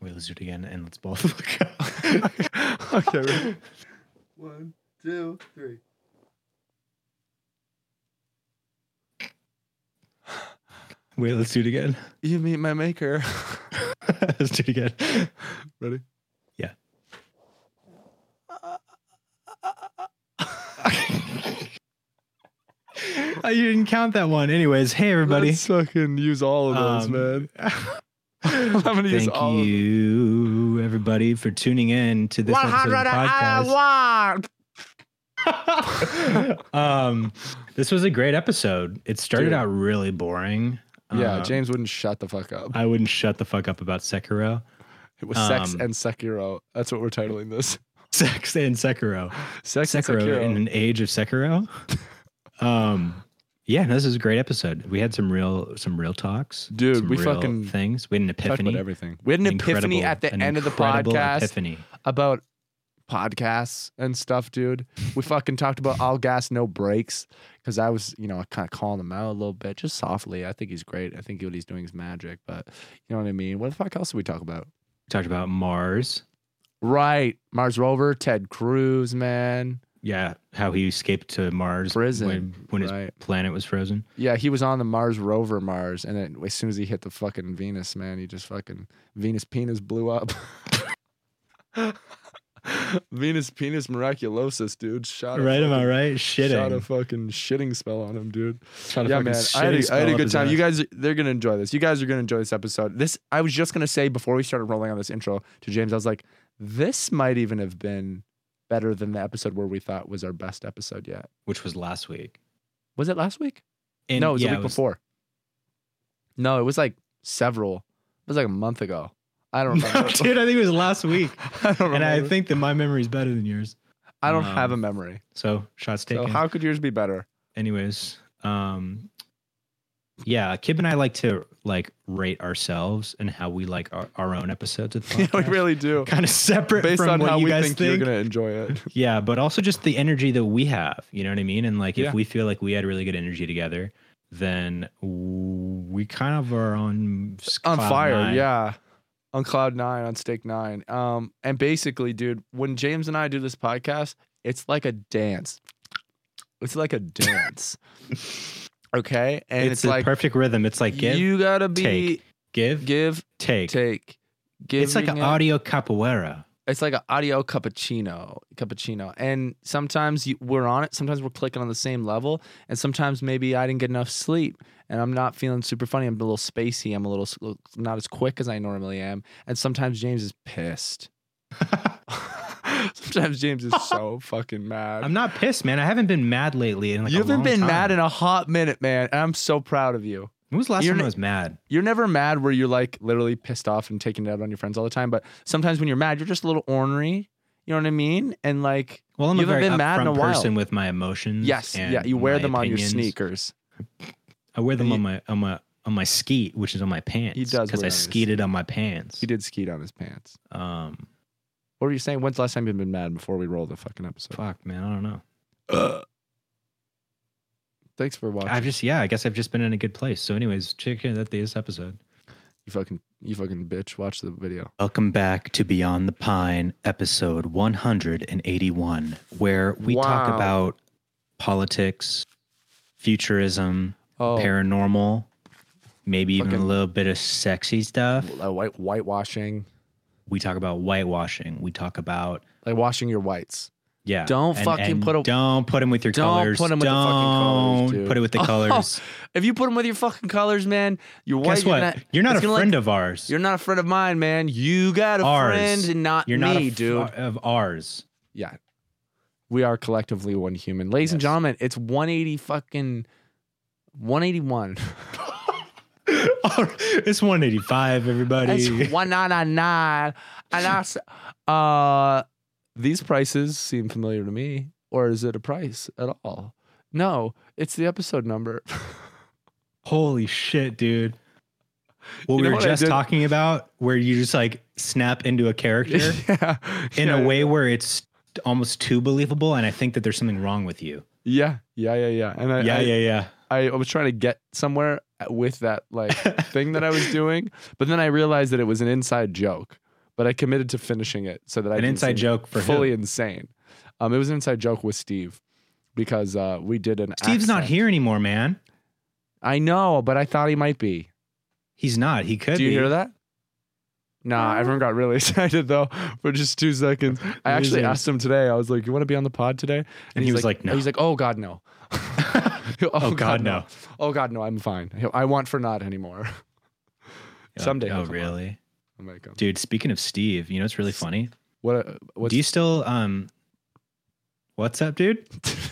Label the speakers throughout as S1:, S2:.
S1: lizard again, and let's both look up.
S2: okay. right.
S3: One, two, three.
S1: Wait, let's do it again.
S2: You meet my maker.
S1: let's do it again.
S2: Ready?
S1: Yeah. Oh, you didn't count that one. Anyways, hey everybody.
S2: Let's fucking use all of those, man. I'm gonna use
S1: Thank
S2: all. Of
S1: you, everybody, for tuning in to this episode of the podcast. um, this was a great episode. It started
S2: Dude.
S1: out really boring.
S2: Yeah,
S1: Uh,
S2: James wouldn't shut the fuck up.
S1: I wouldn't shut the fuck up about Sekiro.
S2: It was sex
S1: um,
S2: and Sekiro. That's what we're titling this.
S1: Sex and Sekiro.
S2: Sex
S1: Sekiro,
S2: and Sekiro.
S1: in an age of Sekiro. um, yeah, no, this is a great episode. We had some real, some real talks,
S2: Dude,
S1: some
S2: we
S1: real
S2: fucking
S1: things. We had an
S2: Talked about
S1: epiphany.
S2: everything. We had an epiphany
S1: incredible-
S2: at the
S1: an
S2: end of the
S1: incredible
S2: podcast
S1: Epiphany.
S2: about podcasts and stuff, dude. We fucking talked about all gas, no breaks. Cause I was, you know, kind of calling him out a little bit, just softly. I think he's great. I think what he's doing is magic, but you know what I mean? What the fuck else did we talk about?
S1: We talked about Mars.
S2: Right. Mars Rover, Ted Cruz, man.
S1: Yeah, how he escaped to Mars
S2: Prison,
S1: when, when his
S2: right.
S1: planet was frozen.
S2: Yeah, he was on the Mars Rover Mars, and then as soon as he hit the fucking Venus, man, he just fucking Venus penis blew up. Venus penis miraculosis, dude. Shot a
S1: Right, am I
S2: fucking-
S1: right? Shitting.
S2: Shot a fucking shitting spell on him, dude.
S1: Shot a
S2: yeah,
S1: fucking
S2: man. I had,
S1: shitting
S2: a, I had a
S1: spell up
S2: good
S1: his
S2: time. You
S1: ass.
S2: guys, they're gonna enjoy this. You guys are gonna enjoy this episode. This, I was just gonna say before we started rolling on this intro to James, I was like, this might even have been better than the episode where we thought was our best episode yet.
S1: which was last week.
S2: Was it last week?
S1: And
S2: no, it was
S1: yeah,
S2: the week before. No, it was like several. It was like a month ago. I don't remember.
S1: No, dude, I think it was last week,
S2: I don't remember.
S1: and I think that my memory's better than yours.
S2: I don't
S1: um,
S2: have a memory.
S1: So shots taken.
S2: So how could yours be better?
S1: Anyways, um, yeah, Kib and I like to like rate ourselves and how we like our, our own episodes. Of the
S2: Yeah, we
S1: podcast.
S2: really do.
S1: kind of separate
S2: Based
S1: from
S2: on
S1: what
S2: how
S1: you
S2: we
S1: guys
S2: think, you're gonna enjoy it.
S1: Yeah, but also just the energy that we have. You know what I mean? And like,
S2: Yeah.
S1: if we feel like we had really good energy together, then w- we kind of are on s-
S2: on
S1: cloud
S2: fire,
S1: nine.
S2: yeah. On cloud nine, on stake nine. Um, and basically, dude, when James and I do this podcast, it's like a dance. It's like a dance. okay, and
S1: it's,
S2: it's,
S1: a
S2: like
S1: perfect rhythm. It's like give,
S2: you gotta be
S1: give,
S2: give
S1: take.
S2: take. Give
S1: It's like an audio capoeira.
S2: it's like an audio cappuccino cappuccino and sometimes you, we're on it sometimes we're clicking on the same level and sometimes maybe i didn't get enough sleep and i'm not feeling super funny i'm a little spacey i'm a little s- not as quick as i normally am and sometimes james is pissed sometimes james is so fucking mad
S1: I'm not pissed, man. I haven't been mad lately. In like
S2: you
S1: a
S2: haven't
S1: long
S2: been
S1: time.
S2: mad in a hot minute man and i'm so proud of you
S1: When was the last
S2: You're
S1: time
S2: n-
S1: I was mad?
S2: you're never mad where you're like literally pissed off and taking it out on your friends all the time but sometimes when you're mad you're just a little ornery you know what i mean and like
S1: Well, I'm
S2: You
S1: a
S2: haven't
S1: very
S2: been mad in a
S1: upfront
S2: while.
S1: person with my emotions.
S2: Yes, yeah,
S1: and
S2: you wear
S1: my
S2: them on your
S1: opinions.
S2: sneakers.
S1: I wear them
S2: You-
S1: on my on my on my skeet, which is on my pants.
S2: does
S1: because
S2: wear it on
S1: I
S2: his
S1: skeeted on my pants.
S2: He did skeet on his pants.
S1: Um,
S2: What were you saying? When's the last time you've been mad before we roll the fucking episode?
S1: fuck, man, I don't know.
S2: Thanks for watching.
S1: I've just yeah, I guess I've just been in a good place. So, anyways, check in at this episode.
S2: you fucking you fucking bitch. Watch the video.
S1: Welcome back to Beyond the Pine, episode 181, where we talk
S2: Wow.
S1: about politics, futurism,
S2: Oh,
S1: paranormal, maybe even a
S2: Fucking-
S1: little bit of sexy stuff.
S2: uh, white whitewashing,
S1: We talk about whitewashing. We talk about
S2: like washing your whites.
S1: yeah.
S2: Don't fucking put a-
S1: don't put them with your
S2: Don't
S1: colors.
S2: put 'em with the fucking colors,
S1: Don't
S2: dude.
S1: put it with the
S2: Oh,
S1: colors.
S2: If you put them with your fucking colors, man, you're white.
S1: Guess what? You're not a
S2: it's gonna
S1: friend
S2: like-
S1: of ours.
S2: You're not a friend of mine, man. You got a
S1: Ours.
S2: friend and not
S1: You're
S2: me,
S1: not a fr-
S2: dude.
S1: of ours.
S2: yeah. We are collectively one human. Ladies and
S1: Yes.
S2: gentlemen, it's 180 fucking 181.
S1: it's 185, everybody.
S2: It's one nine nine. And I s- uh these prices seem familiar to me. Or is it a price at all? No, it's the episode number.
S1: Holy shit, dude.
S2: You
S1: What we
S2: know
S1: were
S2: what I
S1: just
S2: did-
S1: talking about, where you just like snap into a character
S2: yeah.
S1: in
S2: yeah,
S1: a way where it's almost too believable, and I think that there's something wrong with you.
S2: Yeah. Yeah, yeah, yeah. And I
S1: yeah,
S2: I,
S1: yeah, yeah.
S2: I, I was trying to get somewhere with that like thing that I was doing, but then I realized that it was an inside joke. but I committed to finishing it so that I
S1: An
S2: can
S1: inside
S2: sing
S1: joke for
S2: fully
S1: who?
S2: insane. Um, it was an inside joke with Steve because uh, we did an.
S1: Steve's not
S2: accent.
S1: here anymore, man.
S2: I know, but I thought he might be.
S1: He's not. He could
S2: Do you
S1: be.
S2: hear that? Nah, everyone got really excited though for just two seconds. I actually
S1: Losers.
S2: asked him today. I was like, "You want to be on the pod today?" And,
S1: he
S2: he's
S1: was like, "No."
S2: He's like, "Oh God, no. oh,
S1: God, no.
S2: Oh God, no. I'm fine. I want for not anymore.
S1: Oh,
S2: Someday he'll
S1: Oh,
S2: come on.
S1: really?
S2: I'm like, um,
S1: Dude, speaking of Steve, you know what's really funny?
S2: what? uh, What's
S1: Do you still um What's up, dude?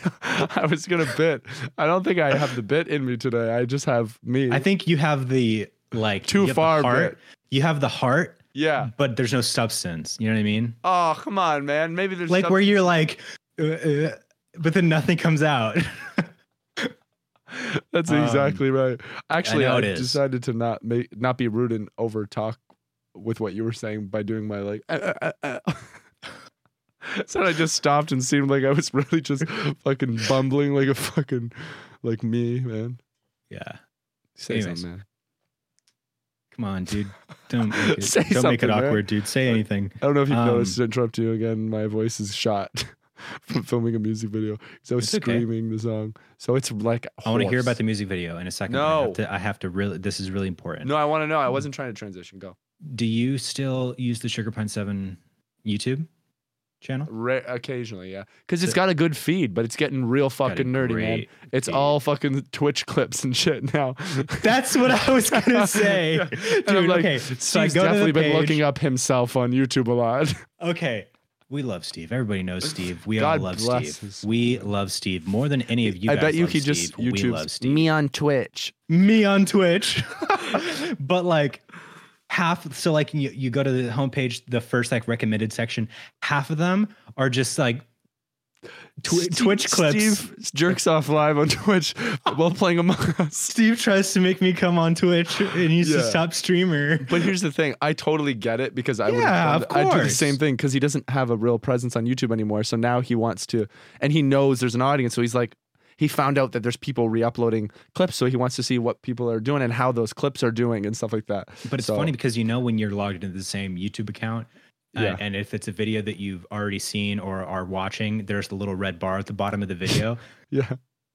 S2: I was gonna bit. I don't think I have the bit in me today. I just have me.
S1: I think you have the like
S2: Too
S1: you have the
S2: far,
S1: heart.
S2: bit.
S1: You have the heart,
S2: Yeah.
S1: but there's no substance. You know what I mean?
S2: Oh come on, man. Maybe there's
S1: Like
S2: some-
S1: where you're like uh, uh, but then nothing comes out.
S2: That's
S1: Um,
S2: exactly right. Actually,
S1: know
S2: I,
S1: it is.
S2: decided to not make not be rude and over talk with what you were saying by doing my like. Uh, uh, uh, uh. so I just stopped and seemed like I was really just fucking bumbling like a fucking like me man.
S1: yeah.
S2: Say
S1: Anyways,
S2: something, man.
S1: Come on, dude. Don't make it,
S2: Say
S1: don't make
S2: something,
S1: it
S2: man.
S1: awkward, dude. Say anything.
S2: I don't know if you've
S1: um,
S2: noticed to interrupt you again. My voice is shot from filming a music video because I was
S1: It's okay.
S2: screaming the song. So it's like
S1: I want to hear
S2: hoarse.
S1: about the music video in a second. I
S2: No.
S1: have to, I have to really this is really important.
S2: No, I want to know.
S1: Mm.
S2: I wasn't trying to transition. Go.
S1: Do you still use the Sugar Pine 7 YouTube channel?
S2: Ra- occasionally, yeah, because it's
S1: So-
S2: got a good feed, but it's getting real
S1: Got a
S2: fucking nerdy, man.
S1: great-
S2: It's
S1: feed.
S2: all fucking Twitch clips and shit now.
S1: That's what I was gonna say.
S2: Yeah.
S1: Dude,
S2: And I'm like,
S1: okay.
S2: Steve's
S1: So I go to
S2: definitely
S1: the
S2: been
S1: page.
S2: looking up himself on YouTube a lot.
S1: Okay. We love Steve. Everybody knows Steve. We
S2: God
S1: all love
S2: bless
S1: Steve.
S2: us.
S1: We love Steve more than any of you.
S2: I
S1: guys
S2: bet you
S1: love
S2: he just
S1: Steve. We love
S2: YouTube's
S1: Steve.
S2: me on Twitch.
S1: me on Twitch. but like half so like you, you go to the homepage, the first like recommended section, half of them are just like twi-
S2: Steve-
S1: Twitch clips. Steve.
S2: Steve jerks off live on Twitch while playing Among Us.
S1: tries to make me come on Twitch and he's
S2: Yeah.
S1: the top streamer.
S2: But here's the thing, I totally get it because I would
S1: Yeah, of
S2: I do the
S1: course.
S2: same thing because he doesn't have a real presence on YouTube anymore. So now he wants to, and he knows there's an audience. So he's like, he found out that there's people re-uploading clips, so he wants to see what people are doing and how those clips are doing and stuff like that.
S1: But it's
S2: So-
S1: funny because you know when you're logged into the same YouTube account, uh,
S2: Yeah.
S1: and if it's a video that you've already seen or are watching, there's the little red bar at the bottom of the video.
S2: Yeah,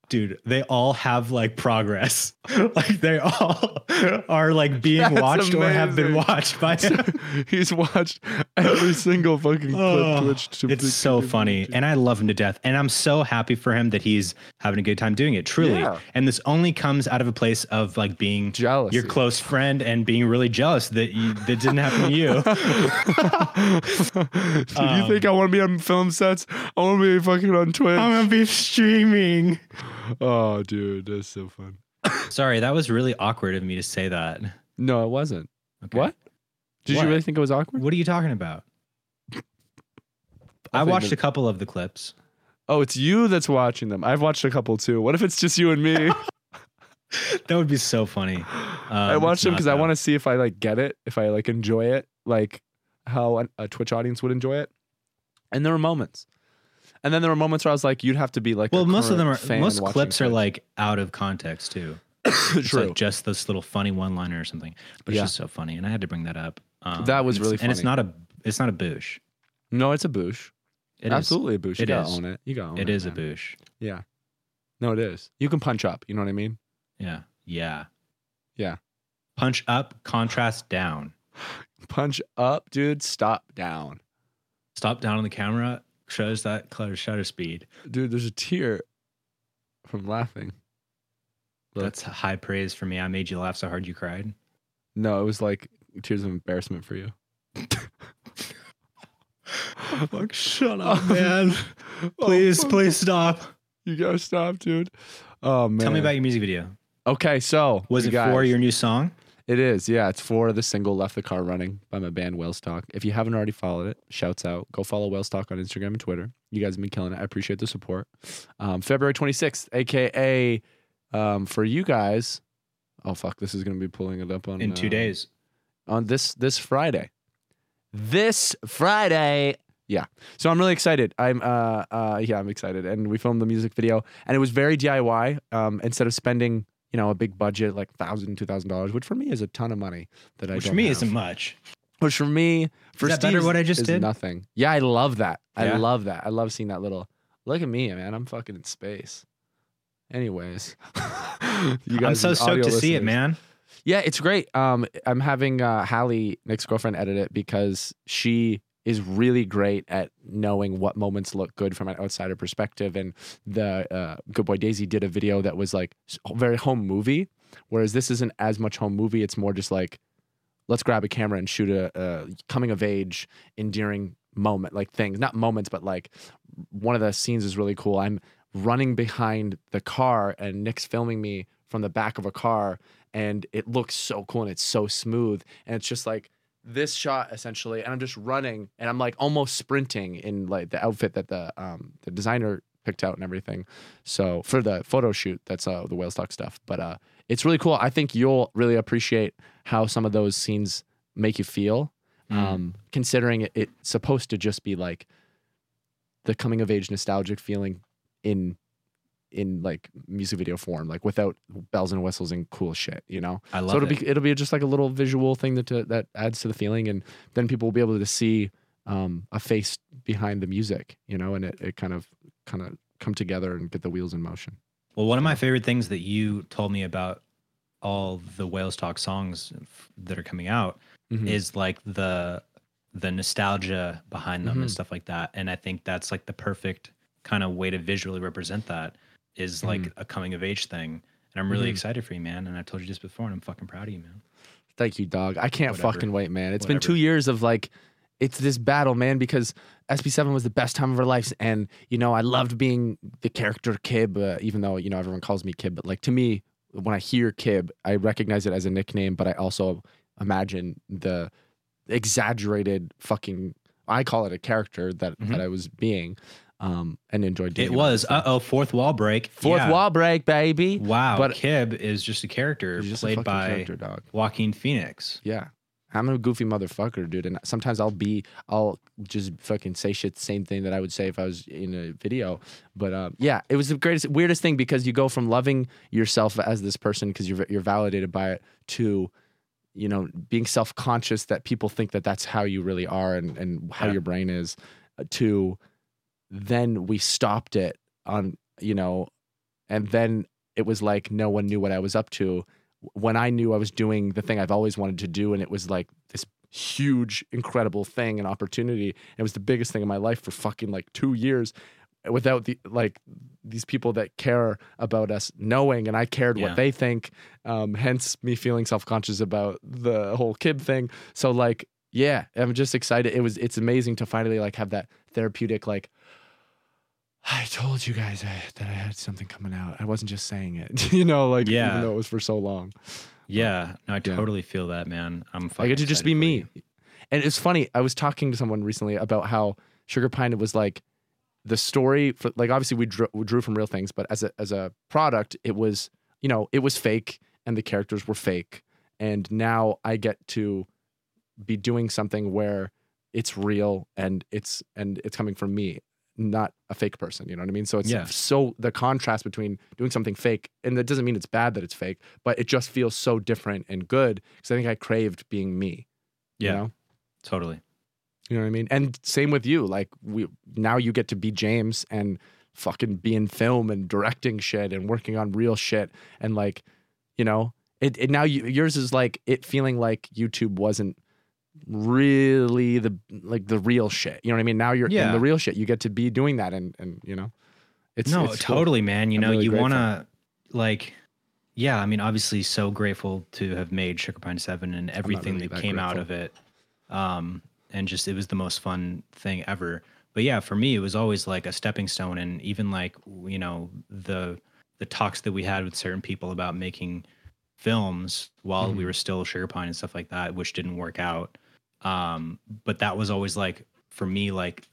S1: Dude, they all have like progress. like they all are like being
S2: That's
S1: watched or have been
S2: amazing.
S1: watched by
S2: he's watched every single fucking clip
S1: Oh,
S2: Twitch. To
S1: It's so funny. And I love him to death. And I'm so happy for him that he's having a good time doing it, truly.
S2: Yeah.
S1: And this only comes out of a place of like being
S2: jealous.
S1: your close friend and being really jealous that you, that didn't happen to you.
S2: Do you think I want to be on film sets? I want to be fucking on Twitch.
S1: gonna be streaming.
S2: Oh, dude, that's so fun.
S1: Sorry, that was really awkward of me to say that.
S2: No, it wasn't.
S1: Okay.
S2: What? Did
S1: What?
S2: you really think it was awkward?
S1: What are you talking about? I,
S2: think
S1: watched
S2: that-
S1: a couple of the clips.
S2: Oh, it's you that's watching them. I've watched a couple too. What if it's just you and me?
S1: That would be so funny. Um,
S2: I watched them because I want
S1: to.
S2: to see if I like get it, if I like enjoy it, like how an, a Twitch audience would enjoy it. And there were moments, and then there were moments where I was like, you'd have to be like, a
S1: Well, most of
S2: current
S1: them are.
S2: fan
S1: Most
S2: watching
S1: clips are
S2: Twitch.
S1: like out of context too. It's
S2: true.
S1: like just this little funny one liner or something. But
S2: Yeah.
S1: it's just so funny, and I had to bring that up. Um,
S2: That was
S1: and
S2: really
S1: it's- and it's
S2: funny.
S1: not a it's not a boosh.
S2: no, it's a boosh.
S1: It is.
S2: Absolutely a boosh. You
S1: It
S2: gotta
S1: is.
S2: own it. You gotta own it.
S1: It is a
S2: man.
S1: boosh.
S2: Yeah. No, it is. You can punch up. You know what I mean?
S1: Yeah, yeah,
S2: Yeah.
S1: Punch up, contrast down.
S2: Punch up, dude. Stop down,
S1: Stop down on the camera shows that clutter shutter speed.
S2: dude. There's a tear from laughing. Look.
S1: That's high praise for me. I made you laugh so hard you cried.
S2: No, it was like tears of embarrassment for you.
S1: Fuck, shut
S2: up, man. Oh, fuck.
S1: stop.
S2: You gotta stop, dude. Oh man.
S1: Tell me about your music video.
S2: Okay, so
S1: Was
S2: you
S1: it for
S2: guys-
S1: your new song?
S2: It is, yeah. It's for the single "Left the Car Running" by my band Whales Talk. If you haven't already followed it, shouts out. Go follow Whales Talk on Instagram and Twitter. You guys have been killing it. I appreciate the support. Um, February 26th, aka um, for you guys. Oh fuck, this is gonna be pulling it up on
S1: In two
S2: uh,
S1: days.
S2: on this this Friday. This Friday. Yeah. So I'm really excited. I'm uh uh yeah, I'm excited. And we filmed the music video and it was very DIY. Um instead of spending, you know, a big budget like thousand, two thousand dollars, which for me is a ton of money that I
S1: Which
S2: don't
S1: for me
S2: have.
S1: isn't much.
S2: Which for me, for
S1: that better
S2: Steve's
S1: what I just
S2: is
S1: did?
S2: Nothing. Yeah, I love that. I
S1: Yeah?
S2: love that. I love seeing that little. Look at me, man. I'm fucking in space. Anyways, you
S1: I'm
S2: guys
S1: so
S2: as
S1: stoked to
S2: audio
S1: see
S2: listeners-
S1: it, man.
S2: Yeah, it's great. Um, I'm having uh, Hallie, Nick's girlfriend, edit it because she is really great at knowing what moments look good from an outsider perspective. And the uh, Good Boy Daisy did a video that was like s- very home movie, whereas this isn't as much home movie. It's more just like let's grab a camera and shoot a, a coming of age, endearing moment, like things, not moments, but like one of the scenes is really cool. I'm running behind the car and Nick's filming me from the back of a car and it looks so cool and it's so smooth and it's just like this shot essentially and i'm just running and i'm like almost sprinting in like the outfit that the um the designer picked out and everything so for the photo shoot that's uh the whale stock stuff but uh it's really cool i think you'll really appreciate how some of those scenes make you feel
S1: Mm.
S2: um considering it, it's supposed to just be like the coming of age nostalgic feeling in in like music video form like without bells and whistles and cool shit you know
S1: I love
S2: so it'll
S1: it.
S2: be it'll be just like a little visual thing that to, that adds to the feeling, and then people will be able to see um, a face behind the music, you know, and it, it kind of kind of come together and get the wheels in motion.
S1: Well, one of my favorite things that you told me about all the Whales Talk songs f- that are coming out
S2: Hmm.
S1: is like the the nostalgia behind them and
S2: Mhm.
S1: stuff like that. And I think that's like the perfect kind of way to visually represent that is
S2: Hmm.
S1: like a coming of age thing. And I'm really
S2: Mhm.
S1: excited for you, man. And I've told you this before, and I'm fucking proud of you, man.
S2: Thank you, dog. I can't
S1: Whatever.
S2: fucking wait, man. It's been
S1: Whatever.
S2: two years of like, it's this battle, man, because SB7 was the best time of our lives. And, you know, I loved being the character Kib, uh, even though, you know, everyone calls me Kib. But, like, to me, when I hear Kib, I recognize it as a nickname, but I also imagine the exaggerated fucking, I call it a character that,
S1: Mhm.
S2: that I was being um, and enjoyed doing.
S1: It was uh oh, fourth wall break.
S2: Fourth
S1: Yeah.
S2: wall break, baby.
S1: Wow,
S2: But-
S1: but Kib is just a character
S2: You're just a
S1: played
S2: fucking
S1: by
S2: character, dog.
S1: Joaquin Phoenix.
S2: Yeah. I'm a goofy motherfucker, dude. And sometimes I'll be, I'll just fucking say shit, same thing that I would say if I was in a video. But um, yeah, it was the greatest, weirdest thing because you go from loving yourself as this person because you're, you're validated by it to, you know, being self conscious that people think that that's how you really are and, and how
S1: Yeah.
S2: your brain is uh, to then we stopped it on, you know, and then it was like no one knew what I was up to when I knew I was doing the thing I've always wanted to do, and it was like this huge, incredible thing and opportunity. It was the biggest thing in my life for fucking like two years without the like these people that care about us knowing and I cared
S1: Yeah.
S2: what they think. Um, hence me feeling self-conscious about the whole kid thing. So like, yeah, I'm just excited. It was it's amazing to finally like have that therapeutic like I told you guys I, that I had something coming out. I wasn't just saying it, you know, like
S1: Yeah.
S2: even though it was for so long.
S1: Yeah, no, I
S2: Yeah.
S1: totally feel that, man. I'm fucking
S2: I get to just
S1: excited
S2: be me.
S1: for you.
S2: And it's funny. I was talking to someone recently about how Sugar Pine was like the story. For, like obviously we drew, we drew from real things, but as a as a product, it was you know it was fake and the characters were fake. And now I get to be doing something where it's real and it's and it's coming from me, not a fake person. You know what I mean? So it's
S1: Yeah.
S2: so the contrast between doing something fake and that doesn't mean it's bad that it's fake, but it just feels so different and good because I think I craved being me. you
S1: Yeah,
S2: know?
S1: totally.
S2: You know what I mean? And same with you. Like we now you get to be James and fucking be in film and directing shit and working on real shit and like, you know, it, it now you, yours is like it feeling like YouTube wasn't really the like the real shit. You know what I mean? Now you're in
S1: Yeah.
S2: the real shit. You get to be doing that and and you know. It's
S1: no,
S2: it's cool.
S1: totally, man. You
S2: I'm
S1: know,
S2: really
S1: you
S2: grateful.
S1: want to like, yeah. I mean, obviously, so grateful to have made Sugar Pine Seven and everything
S2: really
S1: that
S2: that
S1: came out of it. Um, and just it was the most fun thing ever. But yeah, for me, it was always like a stepping stone, and even like you know the the talks that we had with certain people about making films while we
S2: Mhm.
S1: were still Sugar Pine and stuff like that, which didn't work out. Um, but that was always like for me, like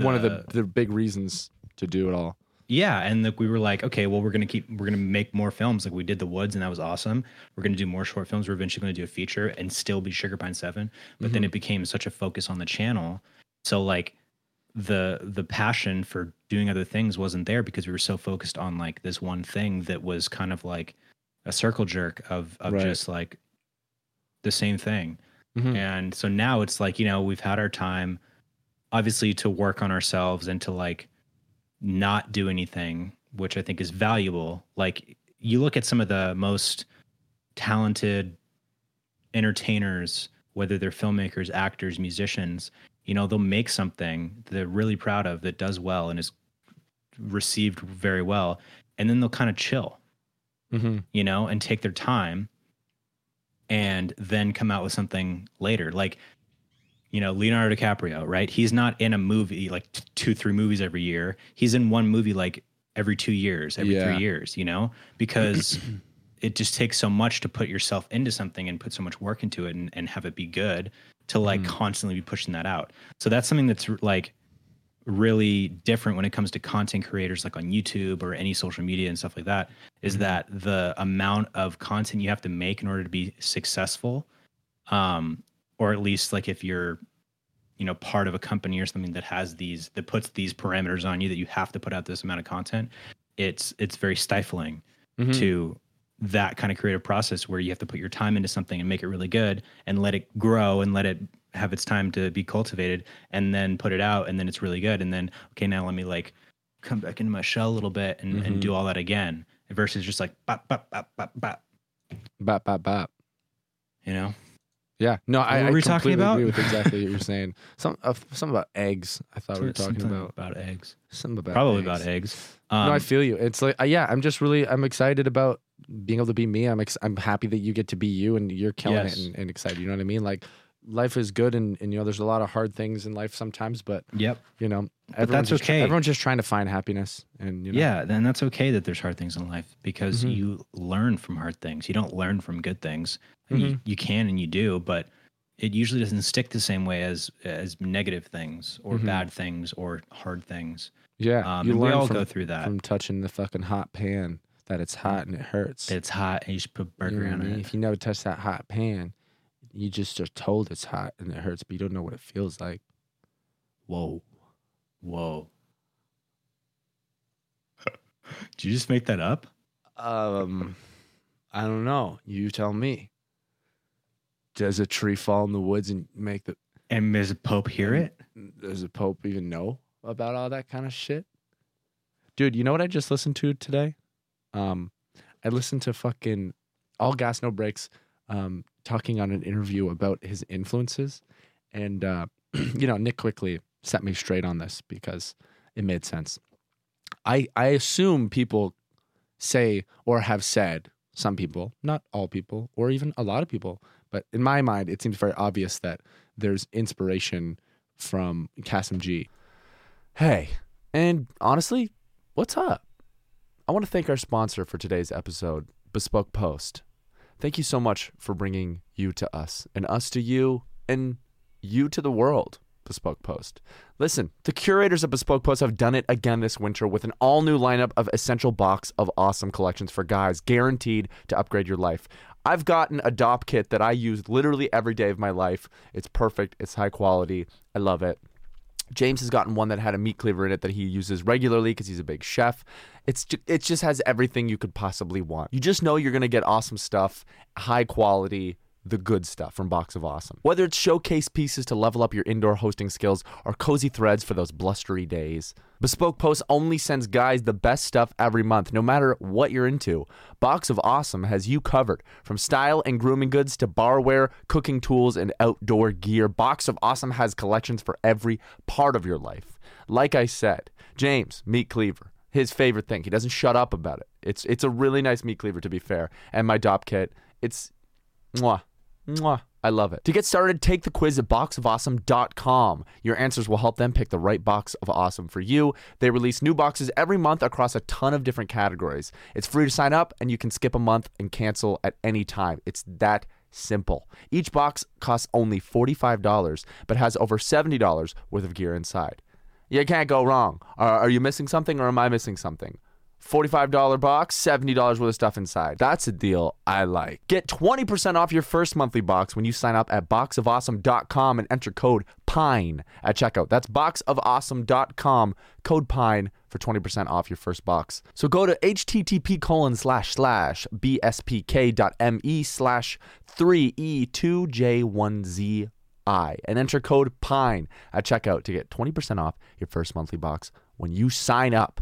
S2: one of the the big reasons to do it all.
S1: yeah, and like we were like, okay, well, we're gonna keep, we're gonna make more films. Like we did the Woods, and that was awesome. We're gonna do more short films. We're eventually gonna do a feature and still be Sugar Pine Seven. But then
S2: Mhm.
S1: it became such a focus on the channel, so like the the passion for doing other things wasn't there because we were so focused on like this one thing that was kind of like a circle jerk of of
S2: Right.
S1: just like the same thing.
S2: Mhm.
S1: And so now it's like, you know, we've had our time obviously to work on ourselves and to like not do anything, which I think is valuable. Like you look at some of the most talented entertainers, whether they're filmmakers, actors, musicians, you know, they'll make something that they're really proud of that does well and is received very well. And then they'll kind of chill
S2: Mm-hmm.
S1: you know, and take their time and then come out with something later. Like, you know, Leonardo DiCaprio, right? He's not in a movie like t- two, three movies every year. He's in one movie like every two years, every
S2: Yeah.
S1: three years, you know, because it just takes so much to put yourself into something and put so much work into it and, and have it be good to like constantly be pushing that out. So that's something that's r- like really different when it comes to content creators like on YouTube or any social media and stuff like that is that the amount of content you have to make in order to be successful um or at least like if you're you know part of a company or something that has these that puts these parameters on you that you have to put out this amount of content it's it's very stifling
S2: Mm-hmm.
S1: to that kind of creative process where you have to put your time into something and make it really good and let it grow and let it have its time to be cultivated and then put it out and then it's really good and then okay now let me like come back into my shell a little bit and, and
S2: Mhm.
S1: do all that again versus just like bop bop bop bop bop
S2: Bop bop bop.
S1: you know
S2: Yeah. No, I,
S1: What
S2: I
S1: were we talking
S2: completely
S1: about?
S2: agree with exactly what you were saying. Some uh, something about eggs. I thought we were talking
S1: Something
S2: about
S1: about eggs
S2: something about
S1: probably
S2: eggs.
S1: about eggs um,
S2: no, I feel you. It's like uh, yeah, I'm just really I'm excited about being able to be me. I'm ex- I'm happy that you get to be you and you're killing
S1: Yes.
S2: it and, and excited. You know what I mean? Like life is good and, and you know there's a lot of hard things in life sometimes, but
S1: yep
S2: you know
S1: that's
S2: everyone's just,
S1: okay.
S2: Everyone's just trying to find happiness and you know
S1: yeah then that's okay that there's hard things in life because
S2: Mhm.
S1: you learn from hard things you don't learn from good things
S2: Mm-hmm.
S1: you, you can and you do but it usually doesn't stick the same way as as negative things or
S2: Mhm.
S1: bad things or hard things
S2: yeah.
S1: um,
S2: you
S1: and we
S2: learn
S1: all
S2: from,
S1: go through that Mm.
S2: from touching the fucking hot pan that it's hot and it hurts.
S1: it's hot and you should put
S2: You know
S1: burger
S2: what I
S1: on
S2: mean?
S1: it
S2: If you never touch that hot pan, you just are told it's hot and it hurts, but you don't know what it feels like.
S1: whoa whoa did you just make that up
S2: Um, I don't know. You tell me. Does a tree fall in the woods and make the?
S1: and ms pope hear
S2: Mm.
S1: it
S2: Does the Pope even know about all that kind of shit? Dude, you know what I just listened to today? Um, I listened to fucking all gas no breaks. Um, talking on an interview about his influences, and uh, you know Nick quickly set me straight on this because it made sense. I I assume people say or have said some people, not all people, or even a lot of people, but in my mind, it seems very obvious that there's inspiration from Casim G. Hey, and honestly, what's up? I want to thank our sponsor for today's episode, Bespoke Post. Thank you so much for bringing you to us, and us to you, and you to the world, Bespoke Post. Listen, the curators of Bespoke Post have done it again this winter with an all new lineup of essential box of awesome collections for guys, guaranteed to upgrade your life. I've gotten a DOP kit that I use literally every day of my life. It's perfect, it's high quality, I love it. James has gotten one that had a meat cleaver in it that he uses regularly because he's a big chef. It's ju- it just has everything you could possibly want. You just know you're gonna get awesome stuff, high quality, the good stuff from Box of Awesome. Whether it's showcase pieces to level up your indoor hosting skills or cozy threads for those blustery days, Bespoke Post only sends guys the best stuff every month, no matter what you're into. Box of Awesome has you covered from style and grooming goods to barware, cooking tools, and outdoor gear. Box of Awesome has collections for every part of your life. Like I said, James, meat cleaver, his favorite thing. He doesn't shut up about it. It's it's a really nice meat cleaver to be fair. And my dop kit, it's mwah, mwah. I love it. To get started, take the quiz at boxofawesome.com. Your answers will help them pick the right box of awesome for you. They release new boxes every month across a ton of different categories. It's free to sign up, and you can skip a month and cancel at any time. It's that simple. Each box costs only $45, but has over $70 worth of gear inside. You can't go wrong. Are, are you missing something or am I missing something?
S4: $45 box, $70 worth of stuff inside. That's a deal I like. Get 20% off your first monthly box when you sign up at boxofawesome.com and enter code PINE E at checkout. That's boxofawesome.com, code PINE E for 20% off your first box. So go to http colon slash slash bspk.me E slash E 3e2j1z I and enter code PINE E at checkout to get 20% off your first monthly box when you sign up.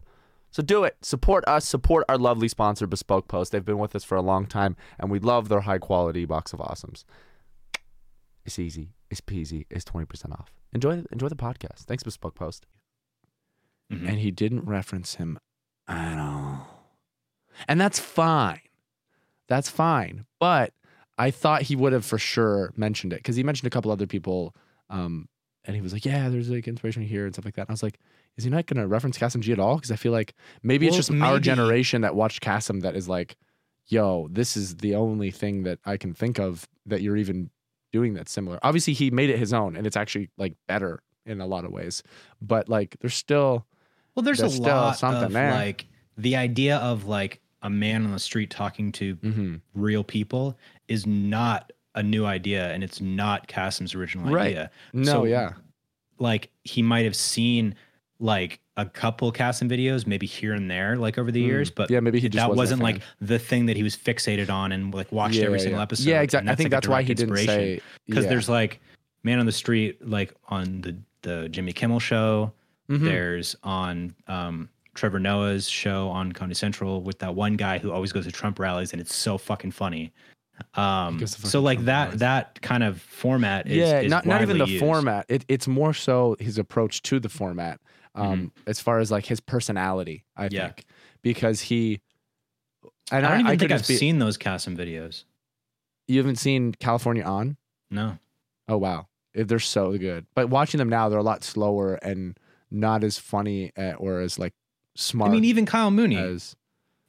S4: So do it. Support us. Support our lovely sponsor, Bespoke Post. They've been with us for a long time and we love their high quality box of awesomes. It's easy. It's peasy. It's 20% off. Enjoy, enjoy the podcast. Thanks, Bespoke Post.
S1: Mhm.
S2: and he didn't reference him at all. And that's fine. That's fine. But I thought he would have for sure mentioned it because he mentioned a couple other people. Um, and he was like, Yeah, there's like inspiration here and stuff like that. And I was like, Is he not going to reference Cassim G at all? Because I feel like maybe it's
S1: Well,
S2: just our
S1: maybe-
S2: generation that watched Cassim that is like, Yo, this is the only thing that I can think of that you're even doing that's similar. Obviously, he made it his own and it's actually like better in a lot of ways. But like, there's still.
S1: Well, there's,
S2: There's
S1: a
S2: still
S1: lot
S2: something
S1: of
S2: there.
S1: like the idea of like a man on the street talking to
S2: Mm-hmm.
S1: real people is not a new idea, and it's not Kasim's original
S2: Right.
S1: idea.
S2: No,
S1: So-
S2: yeah.
S1: Like he might have seen like a couple Kasim videos, maybe here and there, like over the years, but
S2: Hmm. yeah, maybe he just
S1: that
S2: wasn't,
S1: wasn't,
S2: a
S1: like
S2: fan.
S1: the thing that he was fixated on and like watched
S2: Yeah,
S1: every
S2: yeah,
S1: single
S2: yeah.
S1: episode.
S2: Yeah,
S1: and
S2: exactly. I think
S1: like, a
S2: that's why
S1: direct
S2: he didn't
S1: inspiration.
S2: say
S1: because
S2: yeah.
S1: there's like man on the street like on the the jimmy kimmel show
S2: Mhm.
S1: there's on um trevor noah's show on comedy central with that one guy who always goes to trump rallies and it's so fucking funny um
S2: goes to
S1: so
S2: fucking
S1: like
S2: Trump
S1: that
S2: rallies.
S1: that kind of format is,
S2: yeah,
S1: is
S2: not not even the
S1: widely used.
S2: format. It, it's more so his approach to the format, um, as far as like his personality. I
S1: Mm-hmm. Yeah.
S2: think because he, and
S1: i don't even
S2: could
S1: think i've
S2: just be-
S1: seen those Kasim videos
S2: You haven't seen California on?
S1: no
S2: Oh wow, It- they're so good. But watching them now, they're a lot slower and not as funny uh, or as like smart.
S1: i mean even kyle mooney
S2: as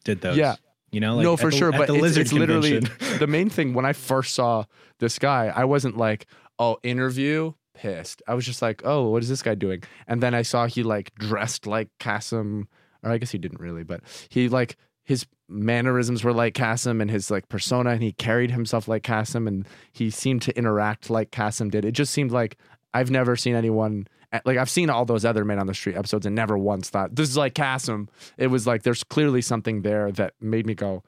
S1: did those
S2: Yeah.
S1: you know like,
S2: no,
S1: at
S2: for
S1: the-
S2: sure.
S1: at
S2: But
S1: the
S2: it's,
S1: lizard
S2: it's literally
S1: convention.
S2: the main thing. When I first saw this guy, I wasn't like, oh, interview, pissed. I was just like, oh, what is this guy doing? And then I saw he like dressed like Cassim, or I guess he didn't really, but he like his mannerisms were like Cassim and his like persona, and he carried himself like Cassim, and he seemed to interact like Cassim did. It just seemed like I've never seen anyone. eh, Like I've seen all those other Men on the Street episodes and never once thought this is like Cassim. It was like there's clearly something there that made me go,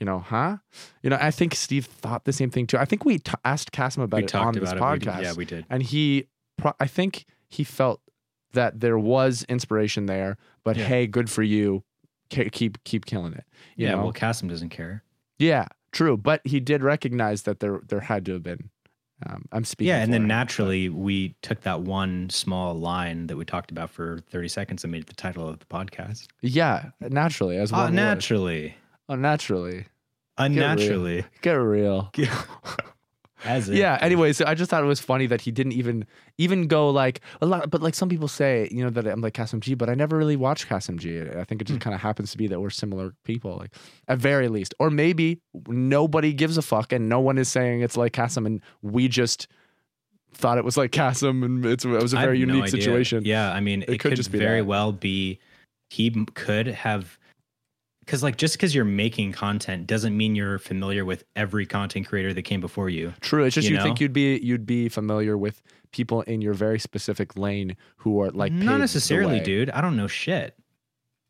S2: you know, huh? You know, I think Steve thought the same thing too. I think we t- asked Cassim about
S1: we
S2: it
S1: talked
S2: on this
S1: about it
S2: podcast,
S1: We did, yeah we did
S2: and he, pro- I think he felt that there was inspiration there, but
S1: Yeah.
S2: hey, good for you, K- keep keep killing it. You
S1: yeah
S2: know?
S1: well Kasim doesn't care
S2: yeah, true. But he did recognize that there there had to have been. Um, I'm speaking.
S1: yeah and
S2: for
S1: then
S2: him, but-
S1: naturally we took that one small line that we talked about for 30 seconds and made it the title of the podcast
S2: Yeah, naturally as well.
S1: uh, naturally
S2: Oh, naturally.
S1: unnaturally
S2: Get real.
S1: as if-
S2: Yeah. Anyway, so I just thought it was funny that he didn't even even go like a lot. But like some people say, you know, that I'm like Kasim G, but I never really watched Kasim G. I think it just
S1: Hmm.
S2: kind of happens to be that we're similar people, like at very least, or maybe nobody gives a fuck and no one is saying it's like Kasim, and we just thought it was like Kasim, and it's, it was a
S1: I have
S2: very
S1: no
S2: unique
S1: idea.
S2: situation.
S1: yeah i mean it, could, just
S2: be
S1: very
S2: that.
S1: well be he m- could have because like just because you're making content doesn't mean you're familiar with every content creator that came before you
S2: True. It's just you
S1: You
S2: would think
S1: know?
S2: you'd be you'd be familiar with people in your very specific lane who are like paved
S1: not
S2: the
S1: necessarily
S2: way.
S1: dude i don't know shit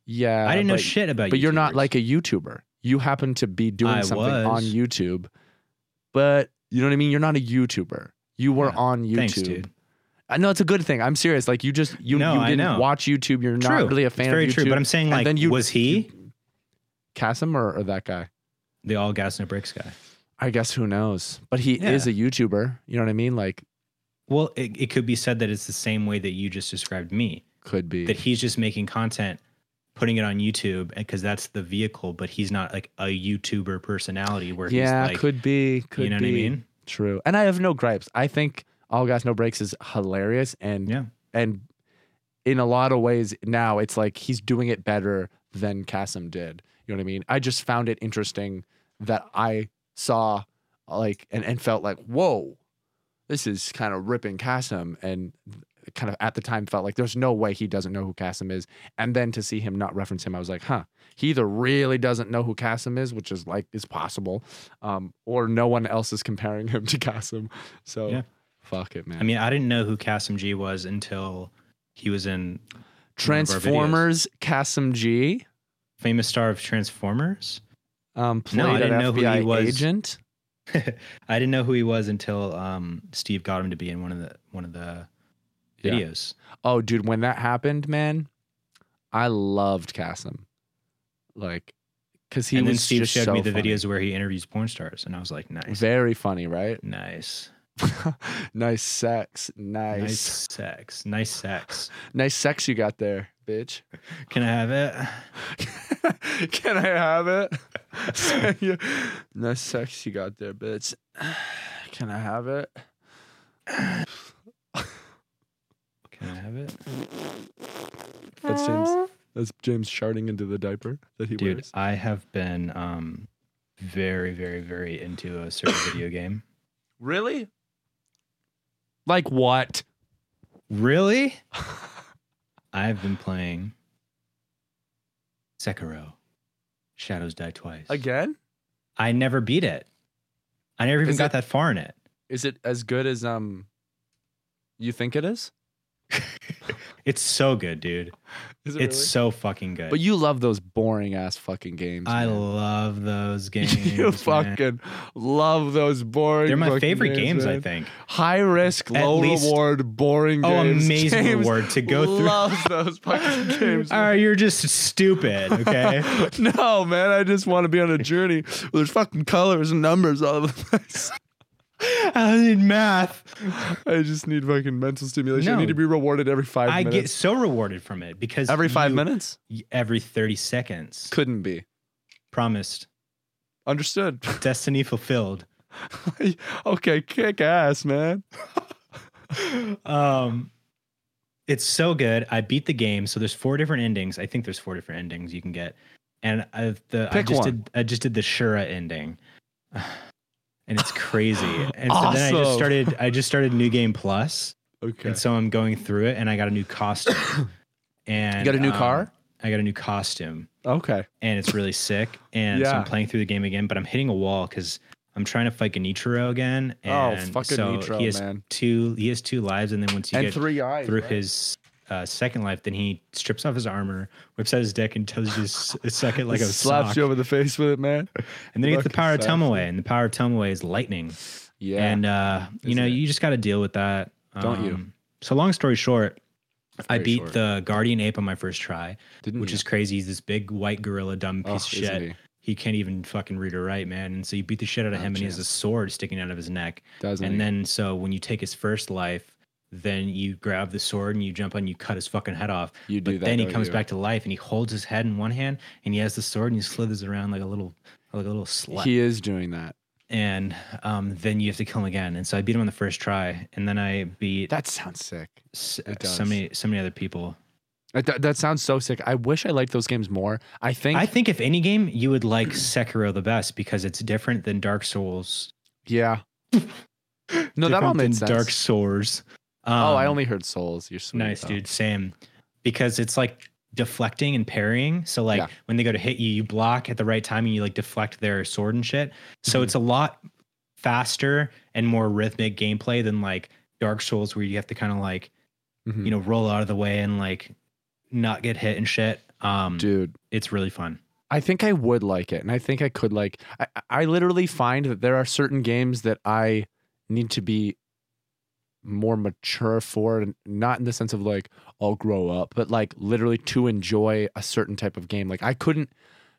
S2: Yeah,
S1: i didn't know
S2: but-
S1: shit about
S2: But you're not
S1: YouTubers.
S2: like a YouTuber. You happen to be doing
S1: I
S2: something on
S1: was.
S2: YouTube, but you know what I mean. You're not a YouTuber. You were
S1: Yeah.
S2: on YouTube.
S1: thanks dude
S2: I know it's a good thing. I'm serious. Like you just you,
S1: No,
S2: you
S1: I
S2: didn't
S1: know.
S2: watch YouTube. You're
S1: true
S2: not really a fan
S1: it's very
S2: of YouTube.
S1: true but i'm saying
S2: And
S1: like
S2: then you-
S1: was he
S2: Kasim or, or that guy.
S1: the all gas no brakes guy.
S2: I guess who knows. But he
S1: Yeah.
S2: is a YouTuber. You know what I mean? Like
S1: Well, it, it could be said that it's the same way that you just described me,
S2: could be.
S1: that he's just making content, putting it on YouTube because that's the vehicle, but he's not like a YouTuber personality where
S2: yeah,
S1: he's like,
S2: could be. Could
S1: you know
S2: be.
S1: what I mean?
S2: True. And I have no gripes. I think All Gas No Breaks is hilarious and
S1: Yeah.
S2: and in a lot of ways now it's like he's doing it better than Cassim did. You know what I mean? I just found it interesting that I saw like and, and felt like, whoa, this is kind of ripping Cassim and kind of at the time felt like there's no way he doesn't know who Cassim is. And then to see him not reference him, I was like, huh, he either really doesn't know who Cassim is, which is like is possible, um, or no one else is comparing him to Cassim. So
S1: Yeah.
S2: fuck it, man.
S1: I mean, I didn't know who Cassim G was until he was in one of our videos.
S2: Transformers Cassim G,
S1: famous star of Transformers.
S2: um, played
S1: I didn't
S2: an
S1: know who he
S2: FBI
S1: was.
S2: agent.
S1: I didn't know who he was until um, Steve got him to be in one of the one of the
S2: Yeah.
S1: videos.
S2: Oh, dude, when that happened, man, I loved Cassim. Like, because he
S1: and
S2: was
S1: then Steve
S2: just
S1: showed
S2: so
S1: me the
S2: funny.
S1: videos where he interviews porn stars, and I was like, nice,
S2: Very funny, right?
S1: nice,
S2: nice sex. Nice.
S1: nice,
S2: nice.
S1: sex, nice sex.
S2: sex you got there, bitch.
S1: Can I have it?
S2: Can I have it? Yeah. nice sex you got there, bitch. Can I have it?
S1: Can I have it,
S2: That's James. That's James sharding into the diaper that he
S1: dude?
S2: wears.
S1: I have been um, very, very, very into a certain video game.
S2: Really? Like what?
S1: Really? I've been playing Sekiro. Shadows Die Twice.
S2: Again?
S1: I never beat it. I never even
S2: Is
S1: got
S2: it-
S1: that far in it.
S2: Is it as good as um you think it is?
S1: It's so good, dude.
S2: Is it
S1: It's so fucking good.
S2: But you love those boring ass fucking games.
S1: I
S2: man.
S1: love those games.
S2: you
S1: man.
S2: fucking love those boring.
S1: They're my
S2: fucking
S1: favorite games, I
S2: man.
S1: think.
S2: High risk,
S1: At
S2: low
S1: least-
S2: reward, boring.
S1: Oh,
S2: games.
S1: amazing
S2: James
S1: reward to go through.
S2: Loves those fucking games.
S1: Oh, you're just stupid, okay?
S2: no, man, I just want to be on a journey. where There's fucking colors and numbers all over the place.
S1: I need math.
S2: I just need fucking mental stimulation. I
S1: No.
S2: need to be rewarded every five
S1: I get
S2: minutes.
S1: so rewarded from it because
S2: every five
S1: you-
S2: minutes
S1: every 30 seconds.
S2: couldn't be
S1: Promised.
S2: understood.
S1: Destiny fulfilled.
S2: okay, kick ass, man.
S1: um it's so good i beat the game so there's four different endings i think there's four different endings you can get and i the i
S2: Pick
S1: just
S2: one.
S1: did i just did the shura ending and it's crazy and so then i just
S2: Awesome.
S1: started i just started new game plus
S2: Okay.
S1: and so i'm going through it and i got a new costume and um,
S2: got a new car?
S1: i got a new costume
S2: Okay.
S1: and it's really sick and so
S2: Yeah.
S1: i'm playing through the game again but i'm hitting a wall because i'm trying to fight Genichiro again
S2: Oh,
S1: and
S2: fucking
S1: so
S2: Nichiro,
S1: he has
S2: man.
S1: two he has two lives and then once you
S2: and
S1: get
S2: three eyes
S1: through
S2: right?
S1: his uh, second life, then he strips off his armor, whips out his dick, and tells you to s- suck it like a
S2: slaps
S1: sock.
S2: you over the face with it, man.
S1: and then he gets the
S2: fucking
S1: power of
S2: sucks,
S1: Tomoe, and the power of Tomoe is lightning.
S2: Yeah.
S1: And uh, you
S2: Isn't
S1: know,
S2: it?
S1: you just got to deal with that. um,
S2: Don't you?
S1: So long story short, I
S2: very
S1: beat
S2: short.
S1: the Guardian Ape on my first try,
S2: Didn't
S1: which
S2: you?
S1: is crazy. He's this big white gorilla, dumb piece
S2: Oh,
S1: of shit.
S2: isn't
S1: He?
S2: he?
S1: can't even fucking read or write, man. And so you beat the shit out of
S2: No
S1: him, and he has a
S2: chance.
S1: sword sticking out of his neck.
S2: Doesn't
S1: And
S2: he?
S1: then so when you take his first life, then you grab the sword and you jump on, you cut his fucking head off.
S2: You do
S1: but
S2: that,
S1: then he
S2: don't
S1: comes
S2: you?
S1: back to life and he holds his head in one hand and he has the sword and he slithers around like a little like a little slut.
S2: he is doing that.
S1: and um, then you have to kill him again. And so I beat him on the first try, and then I beat
S2: That sounds sick.
S1: s-
S2: it
S1: so
S2: does.
S1: many so many other people.
S2: That- That, that sounds so sick. I wish I liked those games more. I think.
S1: I think if any game, you would like Sekiro the best because it's different than Dark Souls.
S2: yeah. no, that all
S1: different
S2: made
S1: than
S2: sense.
S1: Dark Souls.
S2: oh, I
S1: Um,
S2: only heard Souls. You're sweet.
S1: Nice,
S2: though.
S1: dude. Same. Because it's like deflecting and parrying. So like
S2: Yeah.
S1: when they go to hit you, you block at the right time and you like deflect their sword and shit.
S2: Mm-hmm.
S1: So it's a lot faster and more rhythmic gameplay than like Dark Souls where you have to kind of like,
S2: Mhm.
S1: you know, roll out of the way and like not get hit and shit. Um
S2: Dude.
S1: it's really fun.
S2: I think I would like it, and I think I could like. I, I literally find that there are certain games that I need to be more mature for, and not in the sense of like I'll grow up, but like literally to enjoy a certain type of game. Like I couldn't,